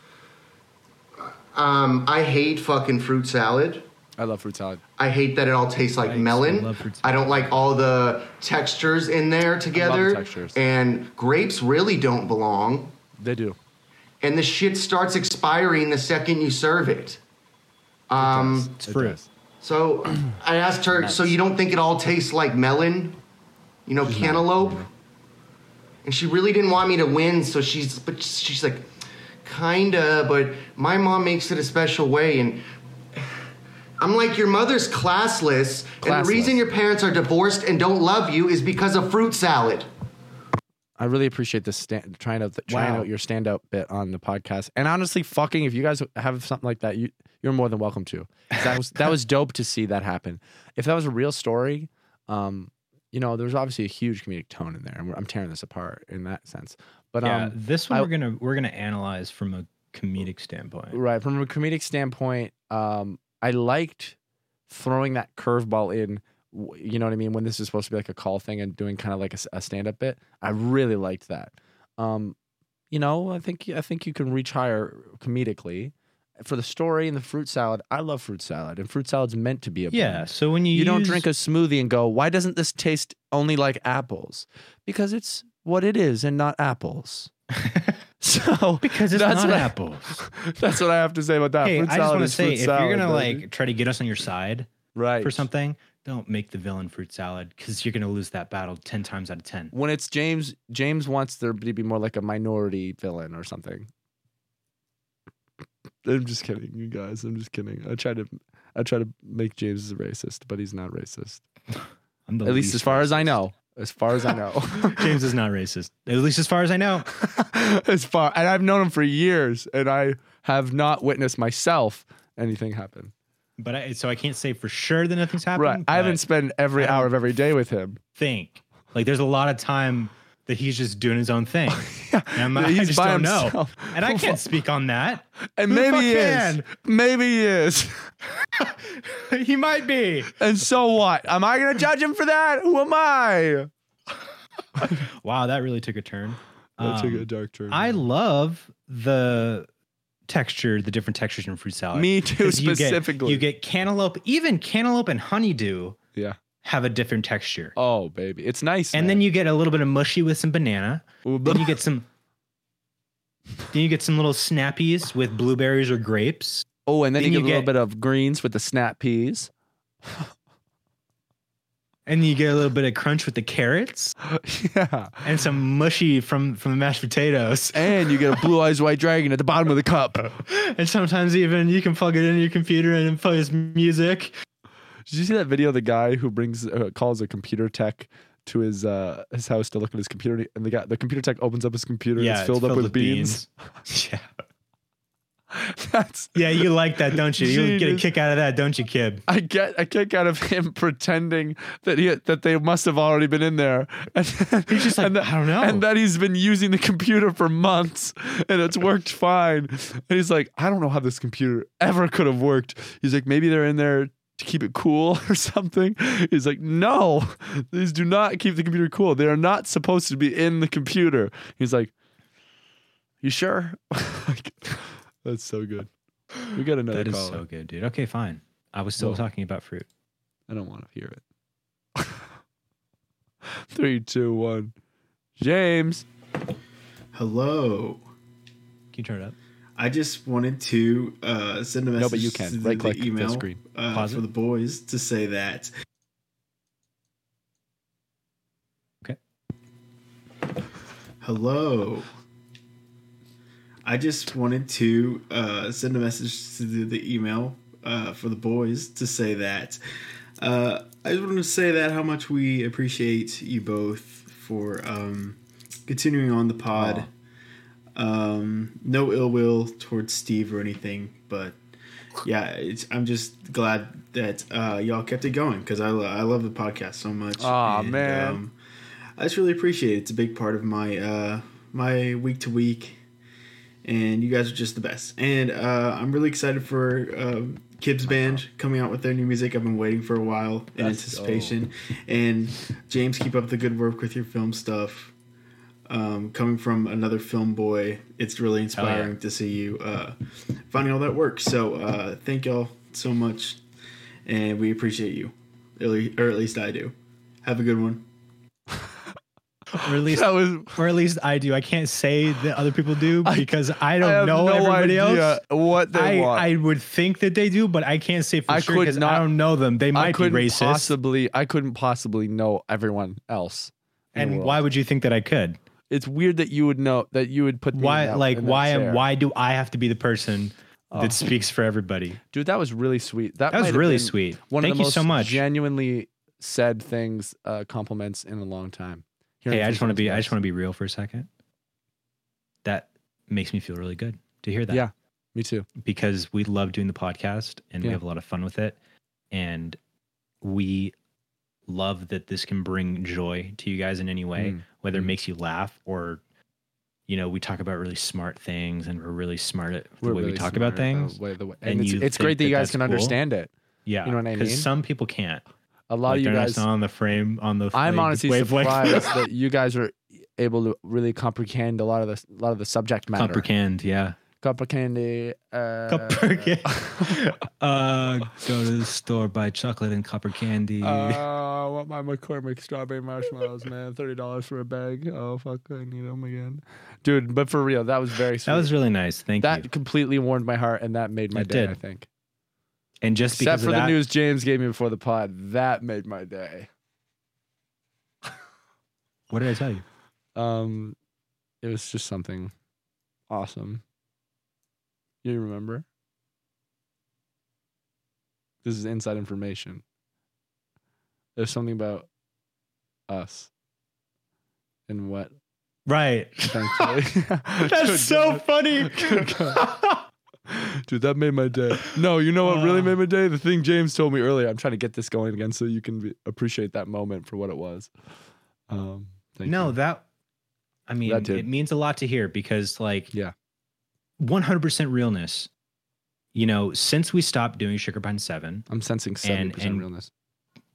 S12: Um, I hate fucking fruit salad.
S2: I love fruit salad.
S12: I hate that it all tastes like melon.
S1: love fruit
S12: I don't like all the textures in there together.
S2: textures.
S12: And grapes really don't belong.
S2: They do.
S12: And the shit starts expiring the second you serve it. Um,
S1: It's fruit.
S12: so I asked her, so you don't think it all tastes like melon? You know, cantaloupe? And she really didn't want me to win, so she's but she's like, kinda, but my mom makes it a special way and I'm like, your mother's classless, and
S2: Classless.
S12: the reason your parents are divorced and don't love you is because of fruit salad.
S2: I really appreciate this stand, trying out the, trying
S1: Wow.
S2: out your standout bit on the podcast. And honestly, fucking, if you guys have something like that, you you're more than welcome to. 'Cause That was that was dope to see that happen. If that was a real story, um, you know, there's obviously a huge comedic tone in there, and we're, I'm tearing this apart in that sense. But
S1: Yeah,
S2: um,
S1: this one
S2: I-
S1: we're gonna we're gonna analyze from a comedic standpoint.
S2: Right. From a comedic standpoint, um, I liked throwing that curveball in. w- You know what I mean? When this is supposed to be like a call thing and doing kind of like a, stand up bit, I really liked that. Um, you know, I think I think you can reach higher comedically for the story and the fruit salad. I love fruit salad, and fruit salad's meant to be a
S1: Yeah.
S2: blend.
S1: So when you
S2: You don't
S1: use-
S2: drink a smoothie and go, why doesn't this taste only like apples? Because it's what it is and not apples. so
S1: because it's
S2: that's
S1: not
S2: what I-
S1: apples.
S2: that's what I have to say about that.
S1: hey,
S2: fruit
S1: I just
S2: salad
S1: want to
S2: is fruit
S1: say if
S2: salad,
S1: you're gonna
S2: baby.
S1: like try to get us on your side
S2: right
S1: for something, don't make the villain fruit salad because you're gonna lose that battle ten times out of ten.
S2: when it's James, James wants there to be more like a minority villain or something. I'm just kidding, you guys. I'm just kidding. I try to, I try to make James a racist, but he's not racist.
S1: I'm the
S2: At least as far as I know. As far as I know.
S1: James is not racist. At least as far as I know.
S2: as far and I've known him for years, and I have not witnessed myself anything happen.
S1: But I, so I can't say for sure that nothing's happened.
S2: Right. I haven't
S1: but-
S2: spent every hour of every day with him.
S1: think. Like there's a lot of time that he's just doing his own thing. And I'm, I
S2: He's
S1: just
S2: by
S1: don't
S2: himself.
S1: know. And I can't speak on that.
S2: And
S1: Who the
S2: maybe
S1: fuck
S2: he is.
S1: can?
S2: Maybe he is.
S1: he might be.
S2: And so what? Am I gonna judge him for that? Who am I?
S1: Wow, that really took a turn.
S2: That took
S1: Um,
S2: a dark turn.
S1: I love the texture, the different textures in fruit salad.
S2: me too
S1: 'Cause you get-
S2: specifically.
S1: you get cantaloupe, even cantaloupe and honeydew
S2: yeah.
S1: have a different texture.
S2: Oh baby, it's nice.
S1: and then you get a little bit of mushy with some banana.
S2: you
S1: Then you get some. Then you get some little snappies with blueberries or grapes.
S2: oh, and then,
S1: then
S2: you, get a
S1: you
S2: little
S1: get-
S2: bit of greens with the snap peas.
S1: And you get a little bit of crunch with the carrots
S2: yeah.
S1: and some mushy from from the mashed potatoes.
S2: And you get a blue eyes white dragon at the bottom of the cup.
S1: And sometimes even you can plug it into your computer and it plays music.
S2: Did you see that video of the guy who brings uh, calls a computer tech to his uh, his house to look at his computer, and the guy the computer tech opens up his computer and it's filled, up with, beans.
S1: yeah.
S2: That's
S1: Yeah, you like that, don't you? You get a
S2: Genius.
S1: kick out of that, don't you, Kib?
S2: I get a kick out of him pretending that he that they must have already been in there. And then,
S1: He's just like,
S2: and that,
S1: "I don't know."
S2: and that he's been using the computer for months and it's worked fine. And he's like, I don't know how this computer ever could have worked. He's like, maybe they're in there to keep it cool or something. He's like, no, these do not keep the computer cool. They are not supposed to be in the computer. He's like, you sure? Like, that's so good. We got another
S1: That is
S2: caller.
S1: so good, dude. Okay, fine. I was still
S2: Whoa.
S1: talking about fruit.
S2: I don't want to hear it. Three, two, one. James.
S13: Hello.
S1: Can you turn it up?
S13: I just wanted to uh, send a message
S2: No, but you
S13: to
S2: can
S13: the,
S2: right click
S13: the
S2: the
S13: email
S2: screen.
S13: uh,
S1: Pause
S13: for
S1: it.
S13: the boys to say that.
S1: Okay.
S13: Hello. I just wanted to uh, send a message to the, the email uh, for the boys to say that. Uh, I just wanted to say that how much we appreciate you both for um, continuing on the pod.
S2: Oh.
S13: Um, no ill will towards Steve or anything, but yeah, it's, I'm just glad that uh, y'all kept it going because I, lo- I love the podcast so much.
S2: Aw, man.
S13: um, I just really appreciate it. It's a big part of my uh, my week to week, and you guys are just the best. And uh, I'm really excited for um, Kibbs Band coming out with their new music. I've been waiting for a while in
S14: That's
S13: anticipation. And James, keep up the good work with your film stuff. Um, coming from another film boy, it's really inspiring to see you uh, finding all that work. So uh, thank y'all so much, and we appreciate you, At le- or at least I do. Have a good one.
S1: or at least or at least I do. I can't say that other people do because I, don't
S2: have
S1: know
S2: no
S1: everybody
S2: idea
S1: else.
S2: what they
S1: I,
S2: want.
S1: I would think that they do, but I can't say for
S2: I
S1: sure
S2: could
S1: 'cause
S2: not-
S1: I don't know them. They
S2: I
S1: might be
S2: couldn't
S1: racist.
S2: possibly. I couldn't possibly know everyone else. in the
S1: and
S2: world.
S1: why would you think that I could?
S2: It's weird that you would know that you would put me in
S1: Why
S2: that-
S1: like
S2: in that
S1: why am
S2: chair.
S1: why do I have to be the person
S2: Oh.
S1: that speaks for everybody?
S2: dude? That was really sweet. That,
S1: That was
S2: might have
S1: really
S2: been
S1: sweet.
S2: One
S1: Thank
S2: of the
S1: you
S2: most
S1: so much.
S2: Genuinely said things, uh, compliments in a long time. Hearing
S1: Hey, I
S2: from
S1: just
S2: someone's
S1: want to be I
S2: voice.
S1: just want to be real for a second. That makes me feel really good to hear that.
S2: Yeah, me too.
S1: because we love doing the podcast and
S2: Yeah.
S1: we have a lot of fun with it and we love that this can bring joy to you guys in any way
S2: Mm.
S1: whether it makes you laugh or you know we talk about really smart things and we're really smart at the
S2: We're
S1: way
S2: really
S1: we talk
S2: smart
S1: about
S2: at the
S1: things
S2: way- the way-
S1: and
S2: and it's,
S1: you
S2: it's great
S1: think
S2: that you
S1: that
S2: guys
S1: that's
S2: can
S1: cool.
S2: understand it.
S1: yeah
S2: you know what I mean.
S1: because some people can't
S2: A lot
S1: Like,
S2: of you
S1: they're not
S2: guys.
S1: on the frame on the
S2: I'm
S1: like,
S2: honestly
S1: wavelength.
S2: surprised that you guys are able to really comprehend a lot of the a lot of the subject matter.
S1: comprehend yeah
S2: Comprehend. Uh,
S1: copper candy uh go to the store buy chocolate and copper candy
S2: Uh, I want my McCormick strawberry marshmallows, man. Thirty dollars for a bag. Oh fuck, I need them again, dude. But for real, that was very sweet.
S1: that was really nice thank you
S2: That completely warmed my heart, and that made my
S1: It
S2: day.
S1: did.
S2: I think,
S1: And just
S2: except
S1: because
S2: for
S1: of
S2: the
S1: that,
S2: news James gave me before the pod, that made my day.
S1: what did I tell you?
S2: Um, it was just something awesome. You remember? This is inside information. There's something about us and what
S1: Right.
S2: Thankfully.
S1: That's so funny.
S2: Dude, that made my day. No, you know what
S1: Uh.
S2: really made my day? The thing James told me earlier. I'm trying to get this going again so you can be, appreciate that moment for what it was. Um, thank
S1: no,
S2: you.
S1: that I mean
S2: That did.
S1: it means a lot to hear because like
S2: Yeah.
S1: 100% realness. You know, since we stopped doing Sugar Pine 7
S2: I'm sensing 70%
S1: and-
S2: realness.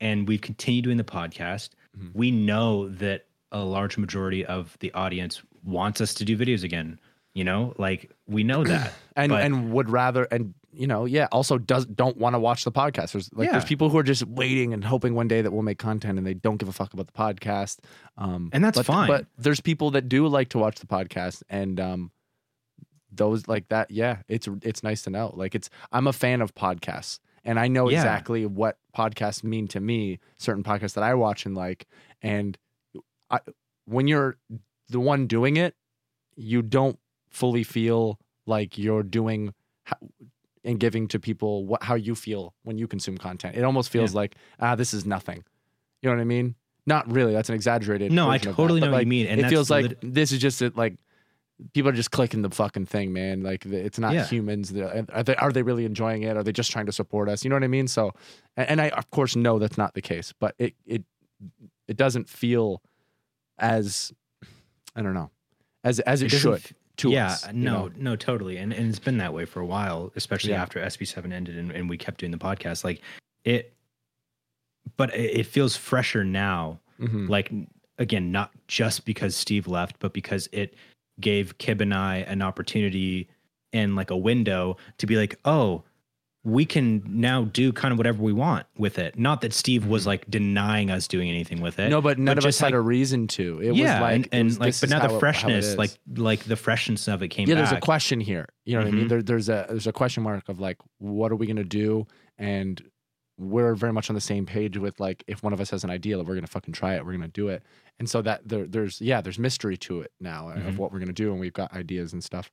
S1: and we've continued doing the podcast,
S2: Mhm.
S1: we know that a large majority of the audience wants us to do videos again. You know, like we know that.
S2: And
S1: but-
S2: and would rather and you know, yeah, also does don't want to watch the podcast. There's like there's
S1: Yeah.
S2: people who are just waiting and hoping one day that we'll make content and they don't give a fuck about the podcast. Um
S1: And that's
S2: but-
S1: fine.
S2: But there's people that do like to watch the podcast and um those like that yeah it's it's nice to know like it's i'm a fan of podcasts and i know
S1: Yeah.
S2: exactly what podcasts mean to me certain podcasts that i watch and like and i when you're the one doing it you don't fully feel like you're doing how, and giving to people what how you feel when you consume content it almost feels like ah this is nothing you know what i mean not really that's an exaggerated
S1: No, I
S2: version of that,
S1: totally
S2: but,
S1: know what you
S2: like,
S1: mean, and
S2: it
S1: that's
S2: feels like
S1: lit-
S2: this is just it like people are just clicking the fucking thing, man. Like the- it's not
S1: Yeah.
S2: humans. They're- Are they, are they really enjoying it? Are they just trying to support us? You know what I mean? So, and, and I of course know that's not the case, but it it it doesn't feel as I don't know as as it,
S1: doesn't
S2: should
S1: f-
S2: to
S1: yeah,
S2: us. you
S1: no,
S2: know?
S1: no, totally. And and it's been that way for a while, especially
S2: Yeah.
S1: after SB7 ended and, and we kept doing the podcast. Like it but it, it feels fresher now.
S2: Mhm.
S1: Like n- again, not just because Steve left, but because it gave Kib and I an opportunity and like a window to be like, oh, we can now do kind of whatever we want with it. Not that Steve
S2: Hmm.
S1: was like denying us doing anything with it.
S2: no, but none of us
S1: just,
S2: had
S1: like,
S2: a reason to. It was
S1: yeah,
S2: like
S1: and,
S2: it
S1: and
S2: was,
S1: like,
S2: this
S1: but
S2: is
S1: now
S2: how it-
S1: the
S2: how it
S1: freshness,
S2: is.
S1: like, like the freshness of it came
S2: yeah,
S1: back.
S2: there's a question here. You know what I mean?
S1: Mhm.
S2: There, there's a there's a question mark of like, what are we gonna do? And we're very much on the same page with like, if one of us has an idea, like, we're gonna fucking try it. We're gonna do it. And so that there, there's yeah, there's mystery to it now uh,
S1: Mhm.
S2: of what we're gonna do, and we've got ideas and stuff.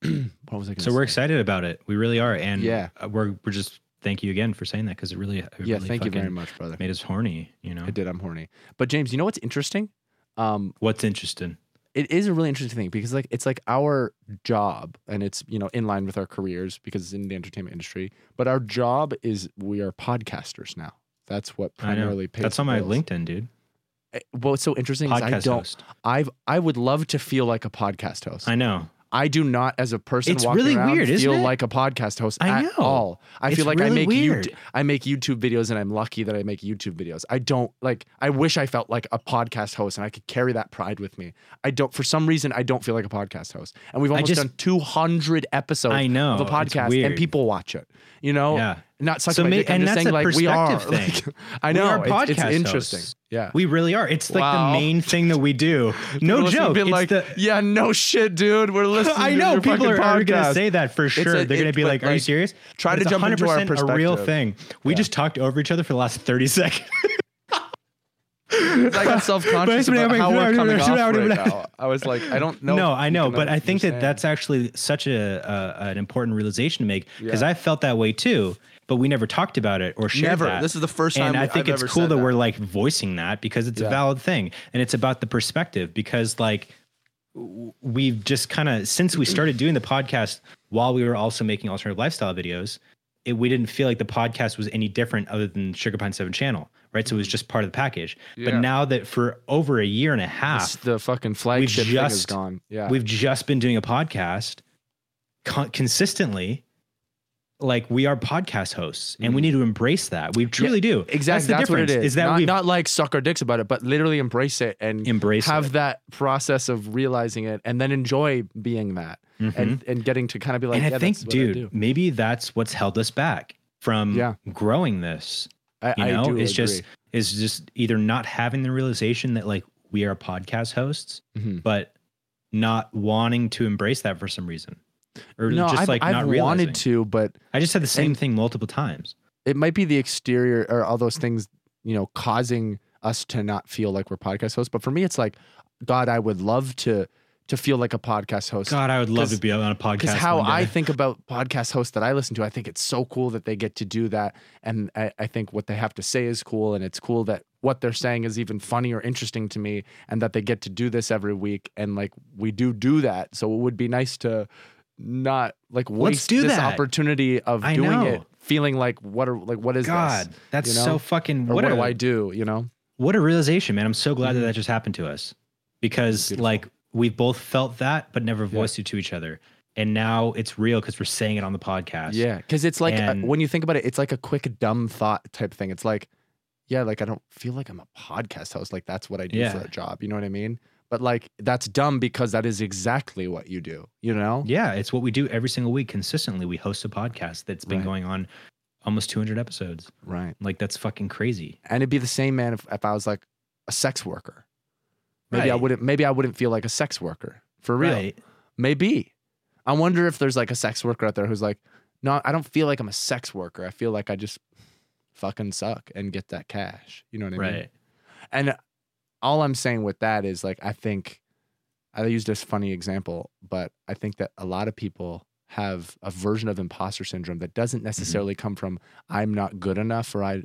S2: what was I gonna
S1: So we're
S2: say?
S1: excited about it. We really are, and
S2: Yeah.
S1: uh, we're we're just thank you again for saying that because it really it
S2: yeah,
S1: really
S2: thank you very
S1: fucking
S2: much, brother.
S1: Made us horny, you know.
S2: I did. I'm horny. But James, you know what's interesting? Um,
S1: What's interesting?
S2: it is a really interesting thing because like it's like our job and it's you know in line with our careers because it's in the entertainment industry but our job is we are podcasters now that's what
S1: I know.
S2: primarily pays
S1: That's
S2: the
S1: on my
S2: bills.
S1: LinkedIn, dude.
S2: Eh, what's so interesting is i
S1: Podcast
S2: don't
S1: host.
S2: i've i would love to feel like a podcast host
S1: I know.
S2: I do not, as a person,
S1: It's
S2: walking
S1: really
S2: around,
S1: weird,
S2: feel
S1: isn't it?
S2: like a podcast host
S1: I
S2: at
S1: know.
S2: all. I
S1: It's
S2: feel like I
S1: really
S2: make
S1: weird.
S2: YouTube, I make YouTube videos, and I'm lucky that I make YouTube videos. I don't like. I wish I felt like a podcast host, and I could carry that pride with me. I don't. For some reason, I don't feel like a podcast host, and we've
S1: I
S2: almost
S1: just-
S2: done 200 episodes.
S1: I know,
S2: of a
S1: it's
S2: podcast, and
S1: weird.
S2: people watch it. You know,
S1: Yeah.
S2: not sucking
S1: So
S2: my
S1: may-
S2: dick. I'm
S1: and
S2: just
S1: that's
S2: saying,
S1: a
S2: like we are.
S1: perspective thing.
S2: Like, I
S1: We
S2: know
S1: are
S2: it's, it's
S1: podcast
S2: interesting.
S1: hosts.
S2: Yeah,
S1: We really are. It's like
S2: Wow.
S1: the main thing that we do.
S2: People
S1: No
S2: listening
S1: joke.
S2: Been
S1: it's
S2: like,
S1: the-
S2: yeah, no shit, dude. We're listening.
S1: I
S2: to
S1: know
S2: your
S1: people
S2: fucking
S1: are, are going
S2: podcast."
S1: to say that for
S2: It's
S1: sure.
S2: a-
S1: They're going to
S2: it-
S1: be
S2: but,
S1: like, "Are you serious?"
S2: try
S1: But
S2: to
S1: it's
S2: jump into our
S1: 100% A real
S2: perspective.
S1: thing. We just talked over each other for the last thirty seconds.
S2: I got self-conscious
S1: "Oh
S2: about how we're coming off right now. I was like, I don't know.
S1: No,
S2: if
S1: I
S2: you
S1: know,
S2: can
S1: but I think that
S2: understand.
S1: that's actually such a uh, an important realization to make because
S2: Yeah.
S1: I felt that way too, but we never talked about it or shared
S2: Never.
S1: that.
S2: This is the first
S1: And
S2: time
S1: I
S2: I've
S1: think it's
S2: ever
S1: cool
S2: said
S1: that,
S2: that.
S1: we're like voicing that because it's
S2: Yeah.
S1: a valid thing and it's about the perspective because like w- we've just kind of since we started doing the podcast while we were also making alternative lifestyle videos it, we didn't feel like the podcast was any different other than Sugar Pine 7 channel, right? So it was just part of the package. But
S2: Mm-hmm. Yeah.
S1: now that for over a year and a
S2: It's
S1: half,
S2: the fucking flagship thing is
S1: just-
S2: gone. Yeah,
S1: we've just been doing a podcast con- consistently. Like we are podcast hosts, and we need to embrace that. We truly do.
S2: Mm. Exactly.
S1: That's,
S2: That's,
S1: the
S2: what it
S1: difference,
S2: is.
S1: that
S2: not,
S1: we've
S2: not like suck our dicks about it, but literally embrace it and
S1: Embrace
S2: have
S1: it.
S2: that process of realizing it and then enjoy being that and, and getting to kind of be like,
S1: Mm-hmm. and
S2: yeah,
S1: I think,
S2: that's what
S1: dude,
S2: I do.
S1: maybe that's what's held us back from
S2: Yeah.
S1: growing this.
S2: I,
S1: You
S2: I
S1: know,
S2: do
S1: it's just
S2: agree.
S1: it's just either not having the realization that like we are podcast hosts,
S2: Mhm.
S1: but not wanting to embrace that for some reason, or
S2: no,
S1: just
S2: I've,
S1: like
S2: I've
S1: not realizing.
S2: wanted to, but
S1: I just said the same thing multiple times.
S2: it might be the exterior or all those things, you know, causing us to not feel like we're podcast hosts. But for me, it's like, God, I would love to to feel like a podcast host.
S1: God, I would love to
S2: 'Cause-
S1: be on a podcast.
S2: because how
S1: one day.
S2: I think about podcast hosts that I listen to, I think it's so cool that they get to do that, and I, I think what they have to say is cool, and it's cool that what they're saying is even funny or interesting to me, and that they get to do this every week, and like we do do that, so it would be nice to not like waste
S1: do
S2: this
S1: that.
S2: opportunity of
S1: I
S2: doing
S1: know.
S2: it, feeling like what are like what is this,
S1: God, that's
S2: you know?
S1: so fucking.
S2: or
S1: What,
S2: what
S1: a,
S2: do I do, you know?
S1: what a realization, man! I'm so glad that that just happened to us because
S2: Beautiful.
S1: like we've both felt that, but never voiced it to each other, and now it's real because we're saying it on the podcast.
S2: Yeah, because it's like uh
S1: And-
S2: when you think about it, it's like a quick dumb thought type thing. It's like, yeah, like I don't feel like I'm a podcast host. Like that's what I do
S1: Yeah.
S2: for a job. You know what I mean? But like that's dumb because that is exactly what you do. You know?
S1: yeah, it's what we do every single week consistently. We host a podcast that's been
S2: Right.
S1: going on almost 200 episodes.
S2: Right.
S1: Like that's fucking crazy.
S2: And it'd be the same man if, if I was like a sex worker. Maybe I
S1: Right.
S2: wouldn't. Maybe I wouldn't feel like a sex worker for real.
S1: Right.
S2: Maybe. I wonder if there's like a sex worker out there who's like, no, I don't feel like I'm a sex worker. I feel like I just fucking suck and get that cash. You know what I mean?
S1: Right.
S2: And all I'm saying with that is like I think I used this funny example, but I think that a lot of people have a version of imposter syndrome that doesn't necessarily come from I'm not good enough or I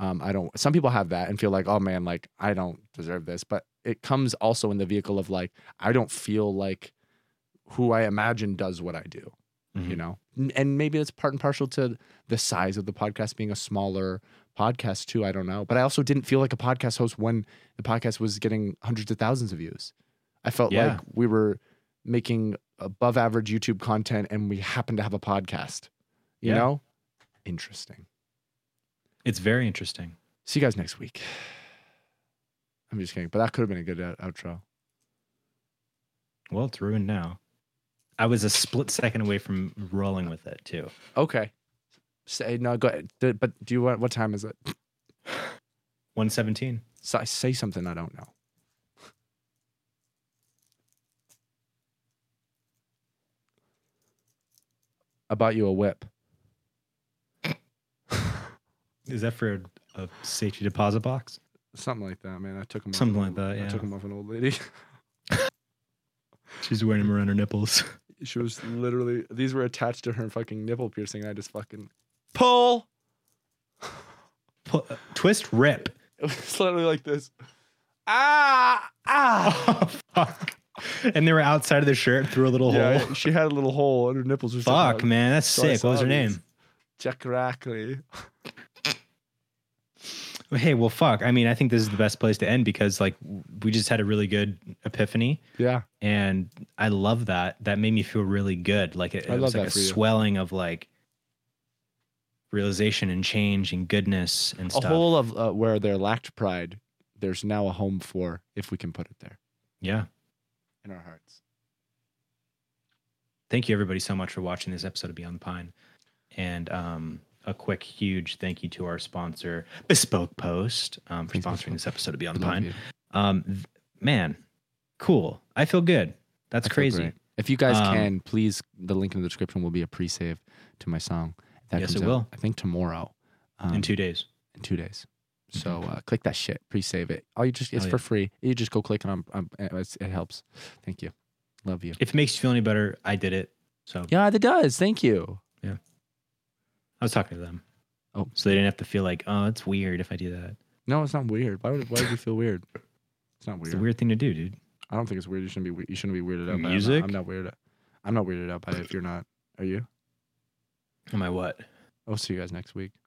S2: um, I don't some people have that and feel like, oh man, like I don't deserve this. But it comes also in the vehicle of like, I don't feel like who I imagine does what I do. You
S1: Mhm.
S2: know? N- And maybe it's part and partial to the size of the podcast being a smaller podcast too. I don't know. But I also didn't feel like a podcast host when the podcast was getting hundreds of thousands of views. I felt
S1: Yeah.
S2: like we were making above average YouTube content and we happened to have a podcast. You
S1: Yeah.
S2: know? Interesting.
S1: It's very interesting.
S2: See you guys next week. I'm just kidding, but that could have been a good out- outro.
S1: Well, it's ruined now. I was a split second away from rolling with it too.
S2: Okay. Say no. Go ahead. D- But do you want? What time is it?
S1: 117.
S2: So I say something I don't know. I bought you a whip.
S1: Is that for a, a safety deposit box?
S2: Something like that, man. I took him. off
S1: Something
S2: an
S1: like
S2: old-
S1: that,
S2: I
S1: yeah.
S2: took him off an old lady.
S1: She's wearing them around her nipples.
S2: she was literally. These were attached to her fucking nipple piercing, and I just fucking pull.
S1: Pull, uh, twist rip.
S2: It was literally like this. Ah ah.
S1: Oh, fuck. And they were outside of the shirt through a little
S2: Yeah,
S1: hole.
S2: she had a little hole and her nipples were still
S1: Fuck,
S2: out.
S1: man. That's
S2: So I
S1: sick. What was
S2: saw
S1: her
S2: these.
S1: name?
S2: Jack Rackley.
S1: Hey, well, fuck. I mean, I think this is the best place to end because like w- we just had a really good epiphany.
S2: Yeah.
S1: and I love that. That made me feel really good. Like it,
S2: I
S1: it
S2: love
S1: was like
S2: that
S1: a
S2: for you.
S1: swelling of like realization and change and goodness and
S2: A
S1: stuff.
S2: hole of uh, where there lacked pride, there's now a home for, if we can put it there,
S1: yeah.
S2: in our hearts.
S1: Thank you everybody so much for watching this episode of Beyond the Pine. And um a quick huge thank you to our sponsor, Bespoke Post, um, for sponsoring this episode of Beyond the
S2: Love
S1: Pine.
S2: you.
S1: Um th- man, cool. I feel good. That's
S2: I feel
S1: crazy.
S2: great. If you guys
S1: Um,
S2: can, please, the link in the description will be a pre-save to my song. That
S1: Yes,
S2: comes
S1: it
S2: out,
S1: will.
S2: I think tomorrow. um,
S1: In two days.
S2: in two days. So uh, click that shit, pre-save it. All you just it's
S1: Hell
S2: for
S1: yeah.
S2: free. You just go click it on. on uh, it's, it helps. Thank you. Love you.
S1: If it makes you feel any better, I did it. So
S2: Yeah, that does. Thank you.
S1: I was talking to them.
S2: Oh.
S1: So they didn't have to feel like, oh, it's weird if I do that.
S2: No, it's not weird. Why would why would you feel weird? It's not
S1: It's
S2: weird.
S1: a weird thing to do, dude.
S2: I don't think it's weird. You shouldn't be we- you shouldn't be weirded out. by it. I'm not-
S1: Music?
S2: I'm not weirded. I'm not weirded out by it. If you're not, are you?
S1: Am I what?
S2: I'll see you guys next week.